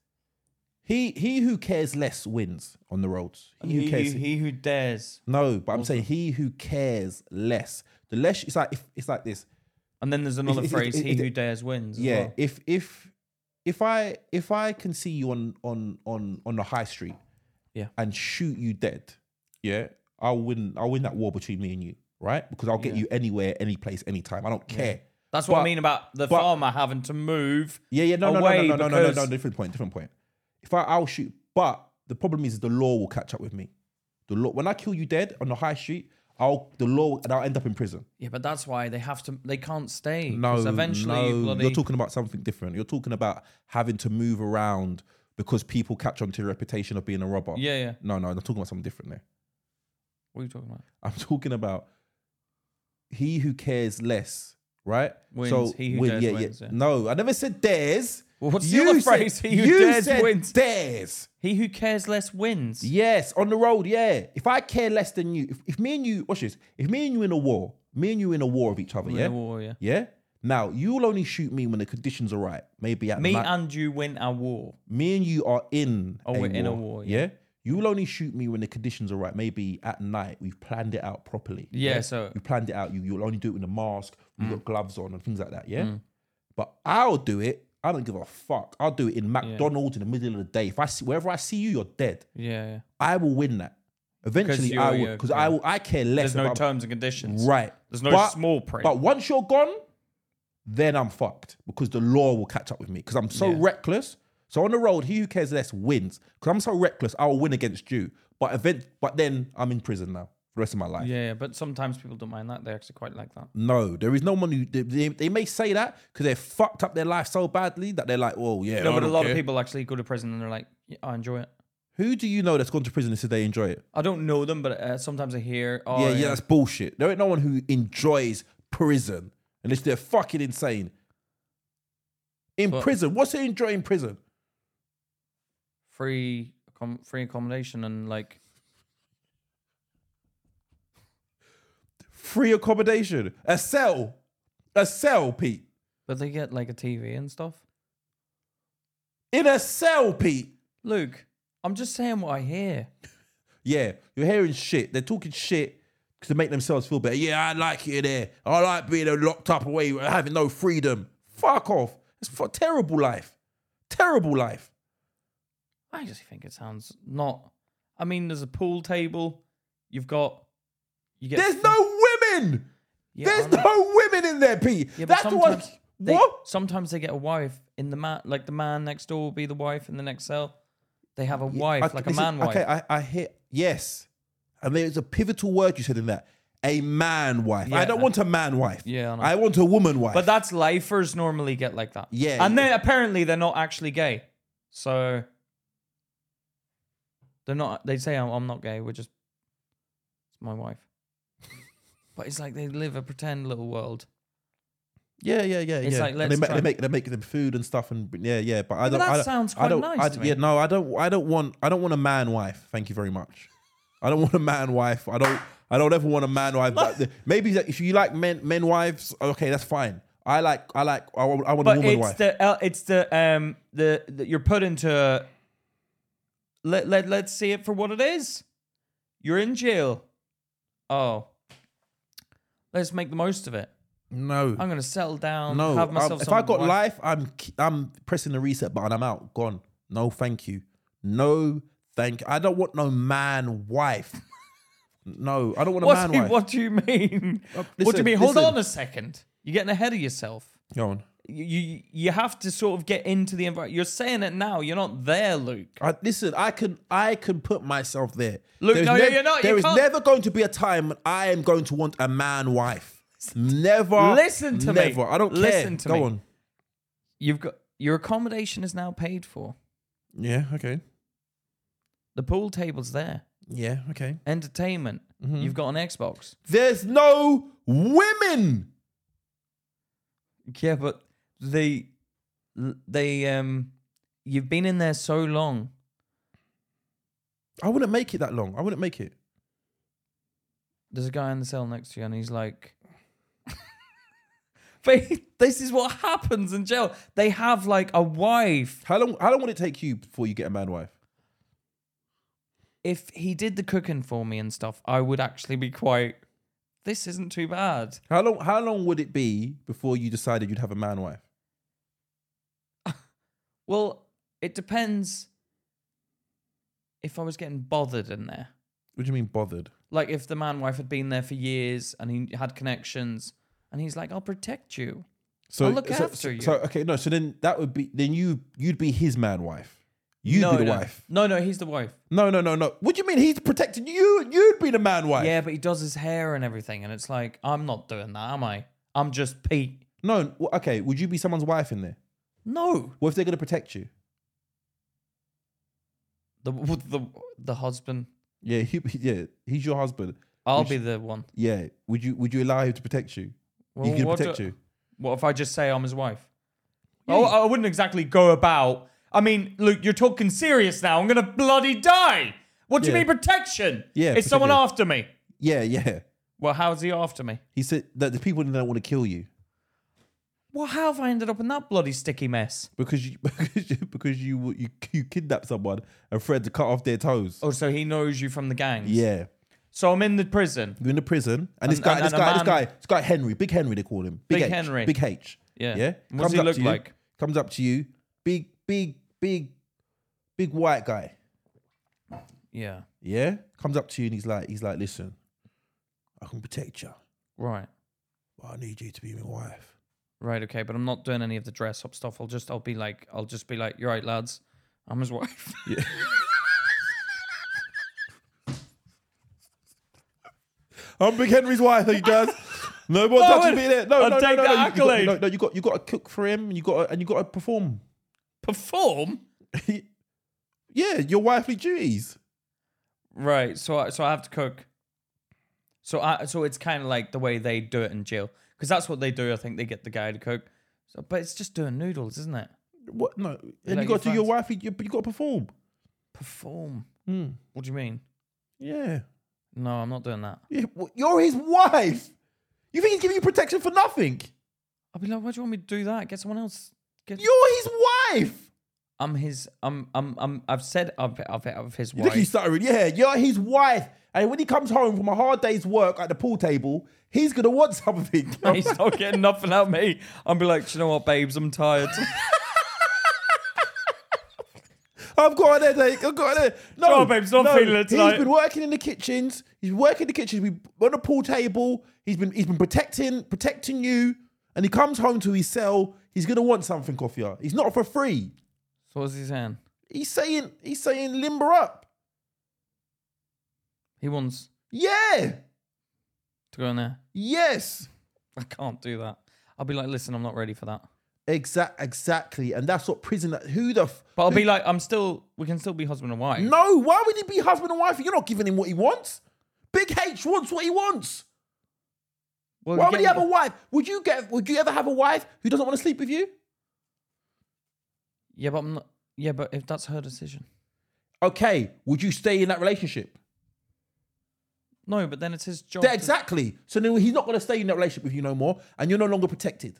He he who cares less wins on the roads. He
He, he, he who dares.
No, but I'm saying he who cares less. The less it's like if, it's like this.
And then there's another
It's- it's-
phrase:
it's-
"He who dares wins." as
Yeah.
well.
If if if I if I can see you on on on on the high street,
Yeah.
and shoot you dead, yeah, I'll win. I'll win that war between me and you, right? Because I'll get you anywhere, any place, anytime. I don't care.
that's what
But-
I mean about the
but-
farmer having to move.
Yeah, yeah, no, no, no, no,
away
no, no, no, no, no,
because-
different point, different point. If I, I'll shoot, but the problem is the law will catch up with me. The law, when I kill you dead on the high street, I'll the law and I'll end up in prison.
Yeah, but that's why they have to. They can't stay. 'cause
No,
eventually,
no,
bloody,
you're talking about something different. You're talking about having to move around because people catch on to your reputation of being a robber.
Yeah, yeah.
No, no, I'm talking about something different there. [laughs]
What are you talking about?
I'm talking about he who cares less, right?
Wins. He who dares wins, yeah.
No, I never said dares.
Well, what's the other phrase? He who
you
dares
said
wins.
Dares.
He who cares less wins.
Yes, on the road, yeah. If I care less than you, if, if me and you, watch this, if me and you in a war, me and you in a war of each other,
Win
yeah?
a war, yeah.
Yeah? Now, you'll only shoot me when the conditions are right. Maybe at
Me
night.
and you win a war.
me and you are in
Oh, we're in a war,
Yeah? You will only shoot me when the conditions are right. Maybe at night. We've planned it out properly.
Yeah, so- Mm.
you planned it out. You you'll only do it with a mask. You've got gloves on and things like that. Yeah. But I'll do it. I don't give a fuck. I'll do it in McDonald's in the middle of the day. If I see wherever I see you, you're dead.
Yeah, yeah.
I will win that. Eventually,
you're-
I will
you're-
because
yeah.
I will. I care less.
There's no
about,
terms and conditions.
Right.
There's no small print.
But once you're gone, then I'm fucked because the law will catch up with me because I'm so
Yeah.
reckless. So on the road, he who cares less wins because I'm so reckless. I'll win against you, but event, but then I'm in prison now for the rest of my life.
Yeah, yeah. But sometimes people don't mind that. They actually quite like that.
No, there is no one who they, they, they may say that because they fucked up their life so badly that they're like, oh yeah.
No,
I
but a
don't
lot
care."
of people actually go to prison and they're like, yeah, I enjoy it.
Who do you know that's gone to prison and said they enjoy it?
I don't know them, but uh, sometimes I hear, oh,
yeah,
yeah,
yeah, that's bullshit. There ain't no one who enjoys prison unless they're fucking insane. In
But-
prison, what's it enjoy in prison?
free accom- free accommodation and like,
Free accommodation, a cell, a cell, Pete.
but they get like a TV and stuff.
In a cell, Pete.
Luke, I'm just saying what I hear.
Yeah, you're hearing shit. They're talking shit to make themselves feel better. Yeah, I like it there. I like being locked up away, having no freedom. Fuck off. It's a terrible life. Terrible life.
I just think it sounds not. I mean, there's a pool table. You've got. You get.
There's no women.
Yeah, I
There's
know.
no women in there, Pete.
Yeah, but
That's what.
sometimes They,
What?
Sometimes they get a wife in the man, like the man next door will be the wife in the next cell. They have a wife,
I-
like a
listen,
man wife.
Okay, I, I hear yes, and there's a pivotal word you said in that. A man wife. I
Yeah.
don't want a man wife.
Yeah, I know.
I, want a woman wife.
but that's lifers normally get like that.
Yeah,
and
yeah.
then apparently they're not actually gay, so they're not. They say I'm, I'm not gay. We're just it's my
[laughs]
wife. but it's like they live a pretend little world.
yeah, yeah, yeah.
It's
yeah.
like,
And
let's
they, make,
try-
they make they make them food and stuff and yeah, yeah. But I don't.
that
I don't,
sounds
I
quite
don't,
nice
I,
to
Yeah,
me.
no, I don't. I don't want. I don't want a man wife. Thank you very much. I don't want a man wife. I don't. I don't ever want a man wife.
[laughs]
but the- maybe that- if you like men men wives, okay, that's fine. I like. I like. I, want- I want a
But
woman
it's
wife.
the uh, it's the um the, the you're put into. a- Let let let's see it for what it is. You're in jail. Oh, let's make the most of it.
no.
I'm gonna settle down.
No,
have
um,
myself.
if
some
I got
wife.
life, I'm k- I'm pressing the reset button. I'm out, gone. No, thank you. No, thank. I don't want no man wife. no, I don't want a
What
man
do, you,
wife.
what do you
[laughs]
mean? what do you
listen,
mean? Hold
listen.
on a second. You're getting ahead of yourself.
Go on.
You, you you have to sort of get into the environment. You're saying it now. You're not there, Luke.
I, listen, I can I can put myself there.
Luke,
There is
no, you're not, you
there is
can't.
never going to be a time when I am going to want a man wife. Never.
Listen to me.
never. I don't care.
Listen to
Go
me.
on.
You've got your accommodation is now paid for.
Yeah. Okay.
The pool table's there.
Yeah. Okay.
Entertainment. You've got an Xbox.
There's no women.
Yeah, but they they um you've been in there so long.
I wouldn't make it that long. I wouldn't make it.
there's a guy in the cell next to you, and he's like, [laughs] but he- this is what happens in jail. They have like a wife.
How long? How long would it take you before you get a man wife?
If he did the cooking for me and stuff, I would actually be quite. This isn't too bad.
How long? How long would it be before you decided you'd have a man wife?
Well, it depends. If I was getting bothered in there,
What do you mean bothered?
like if the man wife had been there for years and he had connections, and he's like, "I'll protect you."
So
I'll look
so,
after
so-
you.
So okay, no. So then that would be then you you'd be his man wife. You'd
no,
be the
no.
wife.
No, no, he's the wife.
No, no, no, no. What do you mean he's protecting you? You'd be the man wife.
Yeah, but he does his hair and everything, and it's like I'm not doing that, am I? I'm just Pete.
No. w- Okay. Would you be someone's wife in there?
No,
What if they're gonna protect you?
the the the husband.
Yeah. He, he- yeah. He's your husband.
I'll
Which-
be the one.
Yeah. Would you Would you allow him to protect you?
Well,
he could
what
protect
do-
you.
What if I just say I'm his wife? Oh, I wouldn't exactly go about. I mean, Luke, you're talking serious now. I'm gonna bloody die. What do you
Yeah.
mean protection?
Yeah,
is someone
protection.
after me?
Yeah. Yeah.
Well, how's he after me?
He said that the people don't want to kill you
Well, how have I ended up in that bloody sticky mess?
because you [laughs] because you because you you, you kidnap someone and threaten to cut off their toes.
Oh, so he knows you from the gangs.
Yeah.
So I'm in the prison.
You're in the prison, and this
And-
guy,
and-
this
and a
guy,
man-
this guy, this guy Henry, Big Henry, they call him. Big,
Big
H,
Henry.
Big H.
Yeah.
Yeah.
What does he
up to
look
you-
like?
Comes up to you, big, big, big, big white guy.
Yeah.
Yeah. Comes up to you and he's like, he's like, listen, I can protect you,
Right.
but I need you to be my wife.
Right, okay, but I'm not doing any of the dress up stuff. I'll just, I'll be like, I'll just be like, you're right, lads. I'm his [laughs] wife.
I'm Big Henry's wife, thank
[laughs]
you guys. No more
would-
touching me there. No,
I'd
no, no,
take that
no, no, you- you got-
accolade.
no, no, you got you got to cook for him, and you got to, and you got to perform.
Perform?
yeah, your wifely duties.
Right. So, I, so I have to cook. So, I, so it's kind of like the way they do it in jail, because that's what they do. I think they get the guy to cook. So, but it's just doing noodles, isn't it?
What? No, and
like
you got to do
your
your wifely. You, you got to perform.
Perform.
Mm.
What do you mean?
Yeah.
No, I'm not doing that.
Yeah, well, you're his wife. You think he's giving you protection for nothing?
I'll be like, why do you want me to do that? Get someone else. Get.
You're his wife.
I'm his. I'm. I'm. I'm. I've said. I'm. I'm, I'm his
You Look, he's
wife.
stuttering. Yeah, you're his wife. And when he comes home from a hard day's work at the pool table, he's gonna want something.
He's not getting nothing out of me. I'll be like, "Do you know what, babes? I'm tired.
I've got an headache. I've got an headache. No,
on, babes, not
no.
feeling it tonight.
He's been working in the kitchens. He's working in the kitchens. We on a pool table. He's been he's been protecting protecting you. And he comes home to his cell. He's gonna want something off you. He's not for free.
So what's he saying?
He's saying he's saying limber up.
He wants
Yeah.
to go in there.
Yes.
I can't do that. I'll be like, listen, I'm not ready for that.
Exact. Exactly. And that's what prison. Who the. F-
But I'll be like, I'm still. We can still be husband and wife.
No, why would he be husband and wife? You're not giving him what he wants. Big H wants what he wants.
Well,
Why
you
would
get-
he have a wife? Would you get? Would you ever have a wife who doesn't want to sleep with you?
Yeah, but I'm not. Yeah, but if that's her decision.
Okay, would you stay in that relationship?
No, but then it's his job.
Yeah,
to-
exactly. So then he's not going to stay in that relationship with you no more, and you're no longer protected.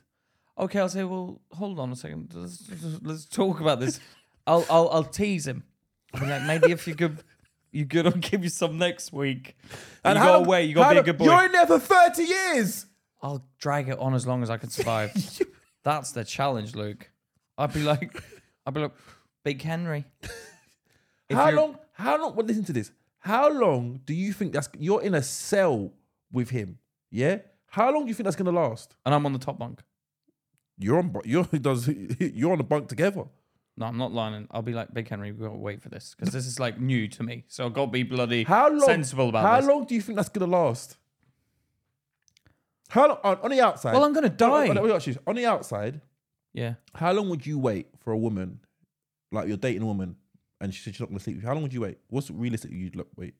Okay, I'll say. Well, hold on a second. Let's, let's talk about this. I'll I'll, I'll tease him. I'm like, maybe if you could, you good. I'll give you some next week. And you
how
go
long-
away. You gotta
how
be a
long-
good boy.
You're in there for thirty years.
I'll drag it on as long as I can
[laughs]
survive. That's the challenge, Luke. I'd be like, I'd be like, Big Henry. If
how
you're-
long? How long? Well, listen to this. How long do you think that's? You're in a cell with him. Yeah. How long do you think that's going to last?
And I'm on the top bunk.
You're on. bu- You're [laughs] does. You're on the bunk together.
No, I'm not lying. I'll be like, Big Henry, we've got to wait for this because this is like new to me. So I've got to be bloody
How long?
sensible about
How
this.
long do you think that's gonna last? How long on, on the outside?
Well, I'm going to die.
On, on, let me ask you this. on the outside,
yeah.
how long would you wait for a woman, like you're dating a woman, and she said she's not gonna sleep? with you? How long would you wait? What's realistic? You'd look, wait.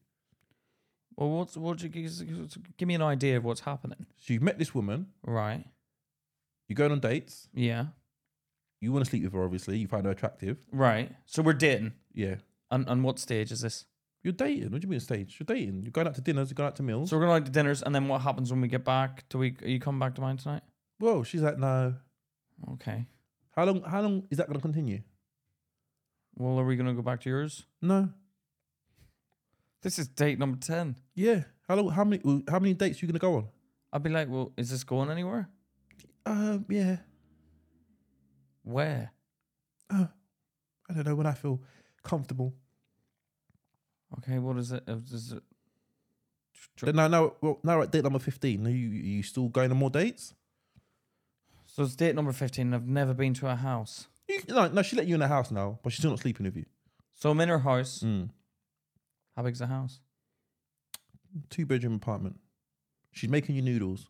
Well, what's, what you, give me an idea of what's happening.
So you've met this woman.
Right.
You're going on dates.
Yeah.
You want to sleep with her, obviously. You find her attractive.
Right. So we're dating.
Yeah.
And, and what stage is this?
You're dating. What do you mean stage? You're dating. You're going out to dinners. You're going out to meals.
So we're going to like the dinners. And then what happens when we get back? Do we, are you coming back to mine tonight?
Whoa. She's like, no.
Okay.
How long? How long is that gonna continue?
Well, are we going to go back to yours?
No.
This is date number 10.
Yeah. How long? How many? How many dates are you gonna go on?
I'd be like, well, is this going anywhere?
Uh, yeah.
Where?
I don't know when I feel comfortable.
Okay, what is it? Is is it
Then now, now, well, now we're at date number fifteen. Are you, are you still going on more dates?
so it's date number 15. I've never been to a house.
You, no, no, she let you in the house now, but she's still not sleeping with you.
So I'm in her house.
Mm.
How big's the house?
Two bedroom apartment. She's making you noodles.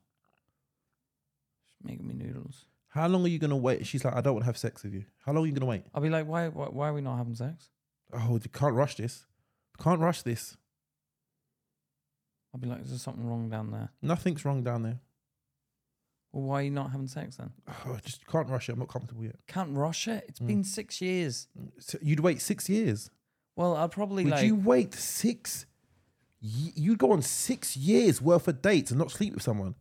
She's making me noodles.
How long are you gonna wait? She's like, I don't want to have sex with you. How long are you gonna wait?
I'll be like, why, why, why are we not having sex?
Oh, you can't rush this. Can't rush this.
I'll be like, is there something wrong down there?
Nothing's wrong down there.
Well, why are you not having sex then?
Oh, just can't rush it. I'm not comfortable yet.
Can't rush it. It's been six years.
So you'd wait six years.
Well, I'll probably
Would
like.
you wait six? y- You'd go on six years worth of dates and not sleep with someone.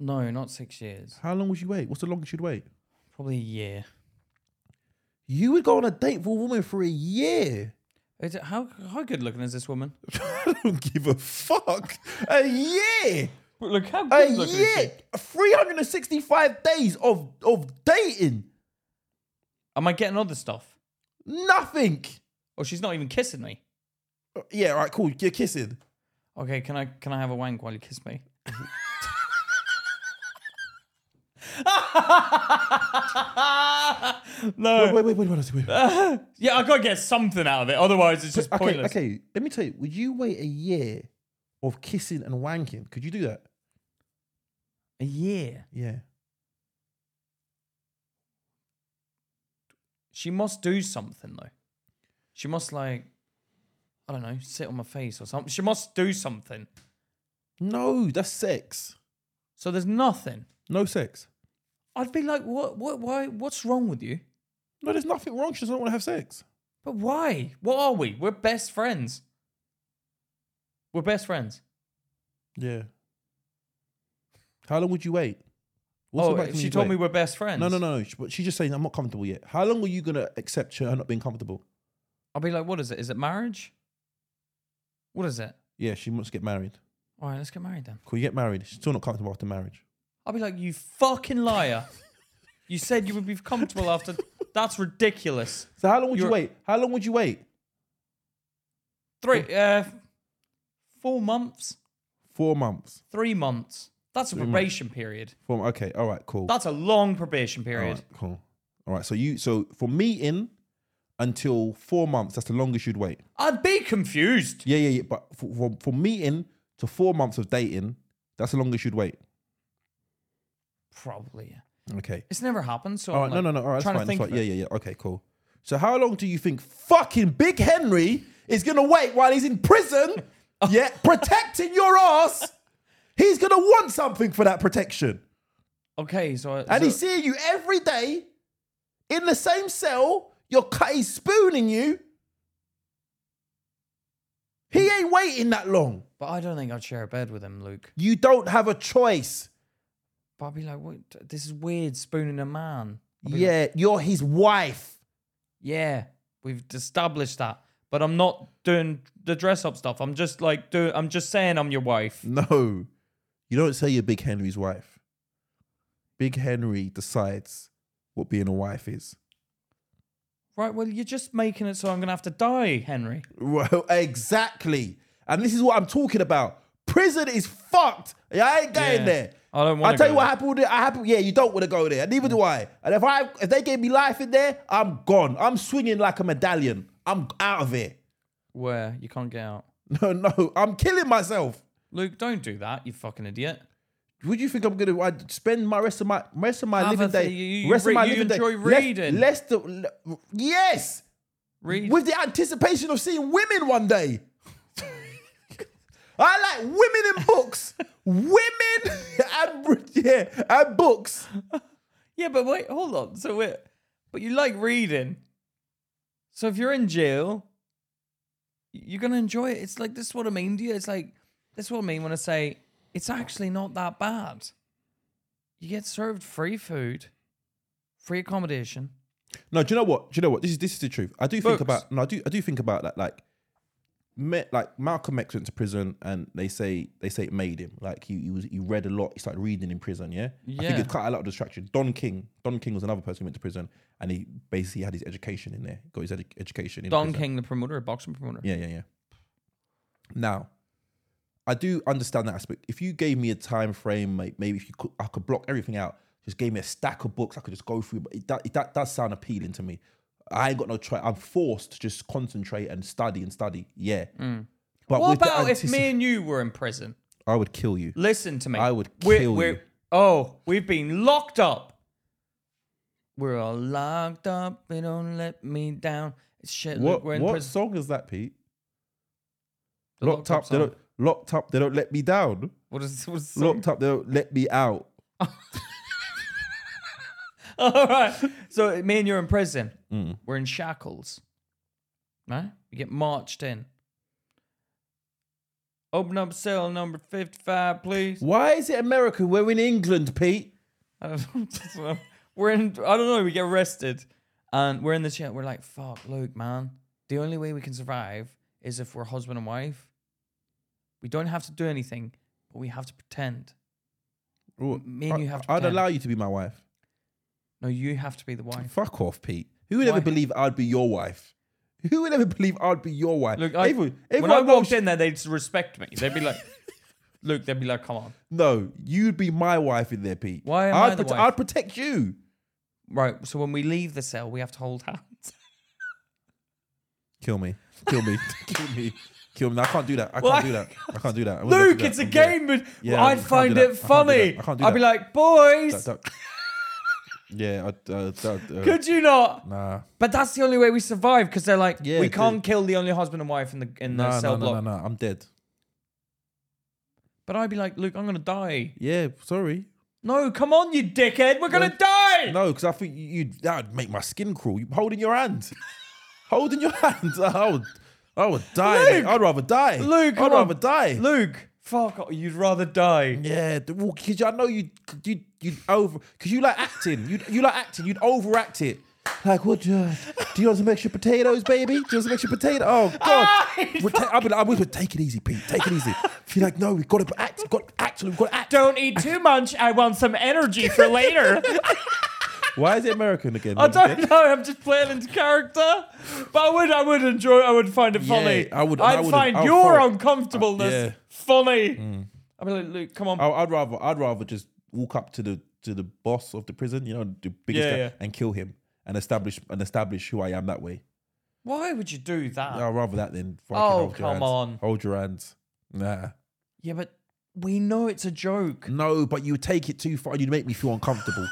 No, not six years.
How long would you wait? What's the longest you'd wait?
Probably a year.
You would go on a date with a woman for a year.
Is it, how how good looking is this woman?
I don't give a fuck. A year.
But look how
A
good looking is she.
year. 365 days of, of dating.
Am I getting other stuff?
Nothing.
Oh, she's not even kissing me.
Yeah, all right, cool. You're kissing.
Okay, can I can I have a wank while you kiss me? [laughs] no.
Wait, wait, wait, wait, wait. wait, wait.
[laughs] Yeah, I gotta get something out of it. Otherwise, Uh, it's just
Okay,
pointless.
okay. Let me tell you, would you wait a year of kissing and wanking? Could you do that?
A year.
Yeah.
She must do something though. She must like, I don't know, sit on my face or something. She must do something.
No, that's sex.
So there's nothing.
No sex.
I'd be like, what? What? Why? What's wrong with you?
No, there's nothing wrong. She doesn't want to have sex.
But why? What are we? We're best friends. We're best friends.
Yeah. How long would you wait? What's the
oh,
maximum
she
you'd
told
wait?
me we're best friends.
No, no, no, no. She, but she's just saying I'm not comfortable yet. How long are you gonna accept her not being comfortable?
I'll be like, what is it? Is it marriage? What is it?
Yeah, she wants to get married.
All right, let's get married then.
Cool, you get married. She's still not comfortable after marriage.
I'll be like, you fucking liar. you said you would be comfortable after [laughs] That's ridiculous.
So how long would you
You're-
wait? How long would you wait?
Three, uh, four months,
Four months.
three months. That's a probation period.
Four. Okay. All right. Cool.
That's a long probation
All
period.
right, cool. All right. So you. So from meeting until four months, that's the longest you'd wait.
I'd be confused.
Yeah, yeah, yeah. But for, for, from meeting to four months of dating, that's the longest you'd wait.
Probably. yeah.
Okay.
It's never happened. So
All
I'm
right. No, no,
like
no. All right. That's
trying
fine.
to think.
that's
of
fine. Yeah,
it.
yeah, yeah. Okay. Cool. So how long do you think fucking Big Henry is gonna wait while he's in [laughs] prison? yeah, protecting your ass. He's gonna want something for that protection.
Okay, so
And
so-
he's seeing you every day in the same cell. You're cut, he's spooning you. He ain't waiting that long.
but I don't think I'd share a bed with him, Luke.
You don't have a choice.
But I'd be like, what? This is weird. Spooning a man. I'd be like,
Yeah, you're his wife.
yeah. We've established that. But I'm not doing the dress up stuff. I'm just like doing. I'm just saying I'm your wife.
No, you don't say you're Big Henry's wife. Big Henry decides what being a wife is.
Right. Well, you're just making it so I'm gonna have to die, Henry.
Well, [laughs] exactly. And this is what I'm talking about. Prison is fucked. I ain't going
Yeah.
there.
I don't
I
want.
tell you what happened. With it. I happened. Yeah, you don't want to go there. Neither do I. And if I if they gave me life in there, I'm gone. I'm swinging like a medallion. I'm out of here. [laughs]
Where you can't get out.
No, no, I'm killing myself.
Luke, don't do that. You fucking idiot.
Would you think I'm gonna i spend my rest of my rest of my
Have
living
a
day?
thing. You- you
rest
re-
of my
you
living day.
enjoy
less-
reading.
Less, the, le- yes,
Read.
with the anticipation of seeing women one day. [laughs] I like women in books, women [laughs] and yeah, and books.
Yeah, but wait, hold on. So wait, but you like reading. So if you're in jail, y- you're gonna enjoy it. It's like this is what I mean to you. It's like this is what I mean when I say it's actually not that bad. You get served free food, free accommodation.
No, do you know what? Do you know what? This is this is the truth. I do think
Books.
about no, I do I do think about that. Like, me, like Malcolm X went to prison, and they say they say it made him. Like he he, was, he read a lot. He started reading in prison. Yeah, I think
Yeah.
it's quite a lot of distraction. Don King, Don King was another person who went to prison, and he basically had his education in there. Got his edu- education in
Don
prison.
King, the promoter, boxing promoter.
Yeah, yeah, yeah. Now, I do understand that aspect. If you gave me a time frame, mate, maybe if you could, I could block everything out. Just gave me a stack of books I could just go through. But it, that, it, that does sound appealing to me. I ain't got no try. I'm forced to just concentrate and study and study. Yeah. But
Mm. What
with the
about if
antici-
me and you were in prison?
I would kill you.
Listen to me.
I would kill you.
Oh, we've been locked up. We're all locked up. They don't let me down. Shit, look,
What,
we're in
what
prison.
song is that, Pete?
The
Locked, up. They
song.
don't, locked up. They don't let me down.
What is what is [laughs] the song?
Locked up. They don't let me out.
All right. So me and you're in prison.
Mm.
We're in shackles. Right? You get marched in. Open up cell number fifty-five, please.
Why is it America? We're in England, Pete.
I don't know. [laughs] we're in. I don't know. We get arrested, and we're in the chat. We're like, "Fuck, Luke, man. The only way we can survive is if we're husband and wife. We don't have to do anything, but we have to pretend. me and
I-
you have to
I'd
pretend.
allow you to be my wife.
No, you have to be the wife.
Fuck off, Pete. Who would
Why?
ever believe I'd be your wife? [laughs] Who would ever believe I'd be your wife?
Look, I,
everyone,
when I
everyone
walked
knows-
in there, they'd respect me. They'd be
[laughs]
like, "Luke," they'd be like, "Come on,
No, you'd be my wife in there, Pete.
Why am
I'd
I the
prote-
wife?
I'd protect you.
right." So when we leave the cell, we have to hold hands.
Kill me.
[laughs]
Kill me. [laughs] Kill me. Kill me. No, I can't do that. I
Well,
can't
I-
do that. I can't do that. I wouldn't be able
Luke,
to do
it's a
that. I wouldn't
game, but
Yeah, I
I'd
can't
find
do that.
it
I can't do
funny.
that. I can't do
I'd be like, "Boys,
do that. Yeah, I'd, uh, that, uh,
could you not?"
Nah.
But that's the only way we survive because they're like,
Yeah,
we
dude.
can't kill the only husband and wife in the in the
Nah,
cell
nah, nah,
block.
nah, nah. I'm dead.
But I'd be like, Luke, I'm gonna die.
Yeah, sorry.
No, come on, you dickhead, we're gonna
No.
die.
No, because I think you- you'd that would make my skin crawl. You holding your hand, holding your [laughs] hand. I would, I would die. mate.
Luke!
I'd rather die.
Luke,
I'd
come on.
rather die.
Luke, fuck, off, you'd rather die.
Yeah, the- well, because I know you, you, you over, because you like acting. You, you like acting. You'd overact it. Like what? Uh, do you want some extra potatoes, baby? Do you want some extra potato?
[laughs]
Oh God! We'll ta- I'll be like, I would take it easy, Pete. Take it
[laughs]
easy. She's like, no, we've got to act. We've got to act. We've got to act. [laughs]
Don't eat too much. I want some energy for later.
Why is he American again?
I don't know. I'm just playing into character, but I would, I would enjoy. I would find it
Yeah,
funny.
I would-
I'd
I would-
find
I would
your
follow-
uncomfortableness
Uh, yeah. Mm.
funny. I'd be like, Luke, come on.
I, I'd rather I'd rather just walk up to the to the boss of the prison, you know, the biggest
Yeah,
guy,
yeah.
and kill him and establish and establish who I am that way.
Why would you do that?
I'd rather that than fucking
Oh,
hold your
come
hands.
on.
Hold your hands. Nah.
Yeah, but we know it's a joke.
No, but you would take it too far and you'd make me feel uncomfortable.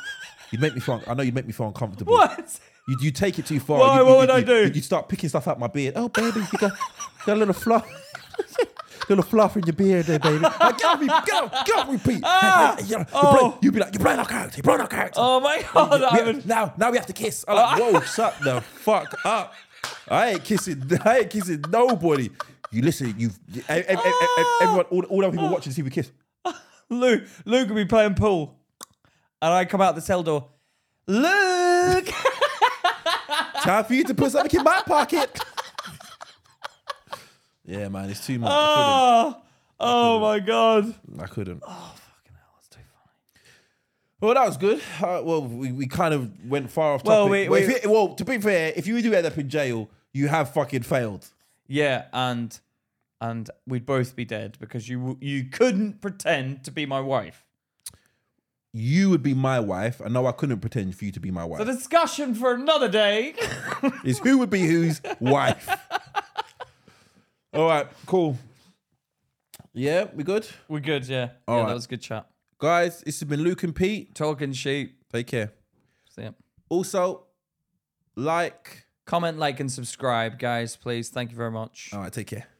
you'd make me feel I know you'd make me feel
[laughs]
uncomfortable.
What?
You you take it too far.
Why?
You-
What
you-
would
you-
I do?
You you'd start picking stuff out my beard. Oh, baby, you got, got a little fluff, [laughs] little fluff in your beard, there, baby. Like, get off me, get off, get off me, Pete.
Ah!
[laughs] you know,
Oh.
you're you'd be like, you're playing our character, you're playing our character.
Oh my [laughs] god!
We-
I would.
now, now we have to kiss. I'm like,
[laughs]
whoa, shut the fuck up. I ain't kissing. [laughs] I ain't kissing nobody. You listen. You've e, ev- ev- ev- ev- everyone. All, all the
Oh.
people watching see we kiss.
Luke, Luke would be playing pool, and I come out the cell door. [laughs] Luke,
Time for you to put something in my pocket. [laughs] Yeah, man, it's too much. I
oh, oh my god!
couldn't. I couldn't.
Fucking hell, that's too funny.
Well, that was good. Uh, well, we, we kind of went far off topic.
Well,
Well,
we- we-
if you- well, to be fair, if you do end up in jail, you have fucking failed.
Yeah, and and we'd both be dead because you w- you couldn't pretend to be my wife.
You would be my wife, and no, I couldn't pretend for you to be my wife.
The discussion for another day. [laughs]
is who would be whose wife. All right, cool. Yeah, we good?
We're good, yeah. yeah,
Alright.
that was a good chat.
Guys, this has been Luke and Pete.
Talking sheep.
Take care.
See ya.
Also, like.
Comment, like, and subscribe, guys. Please. Thank you very much.
All right, take care.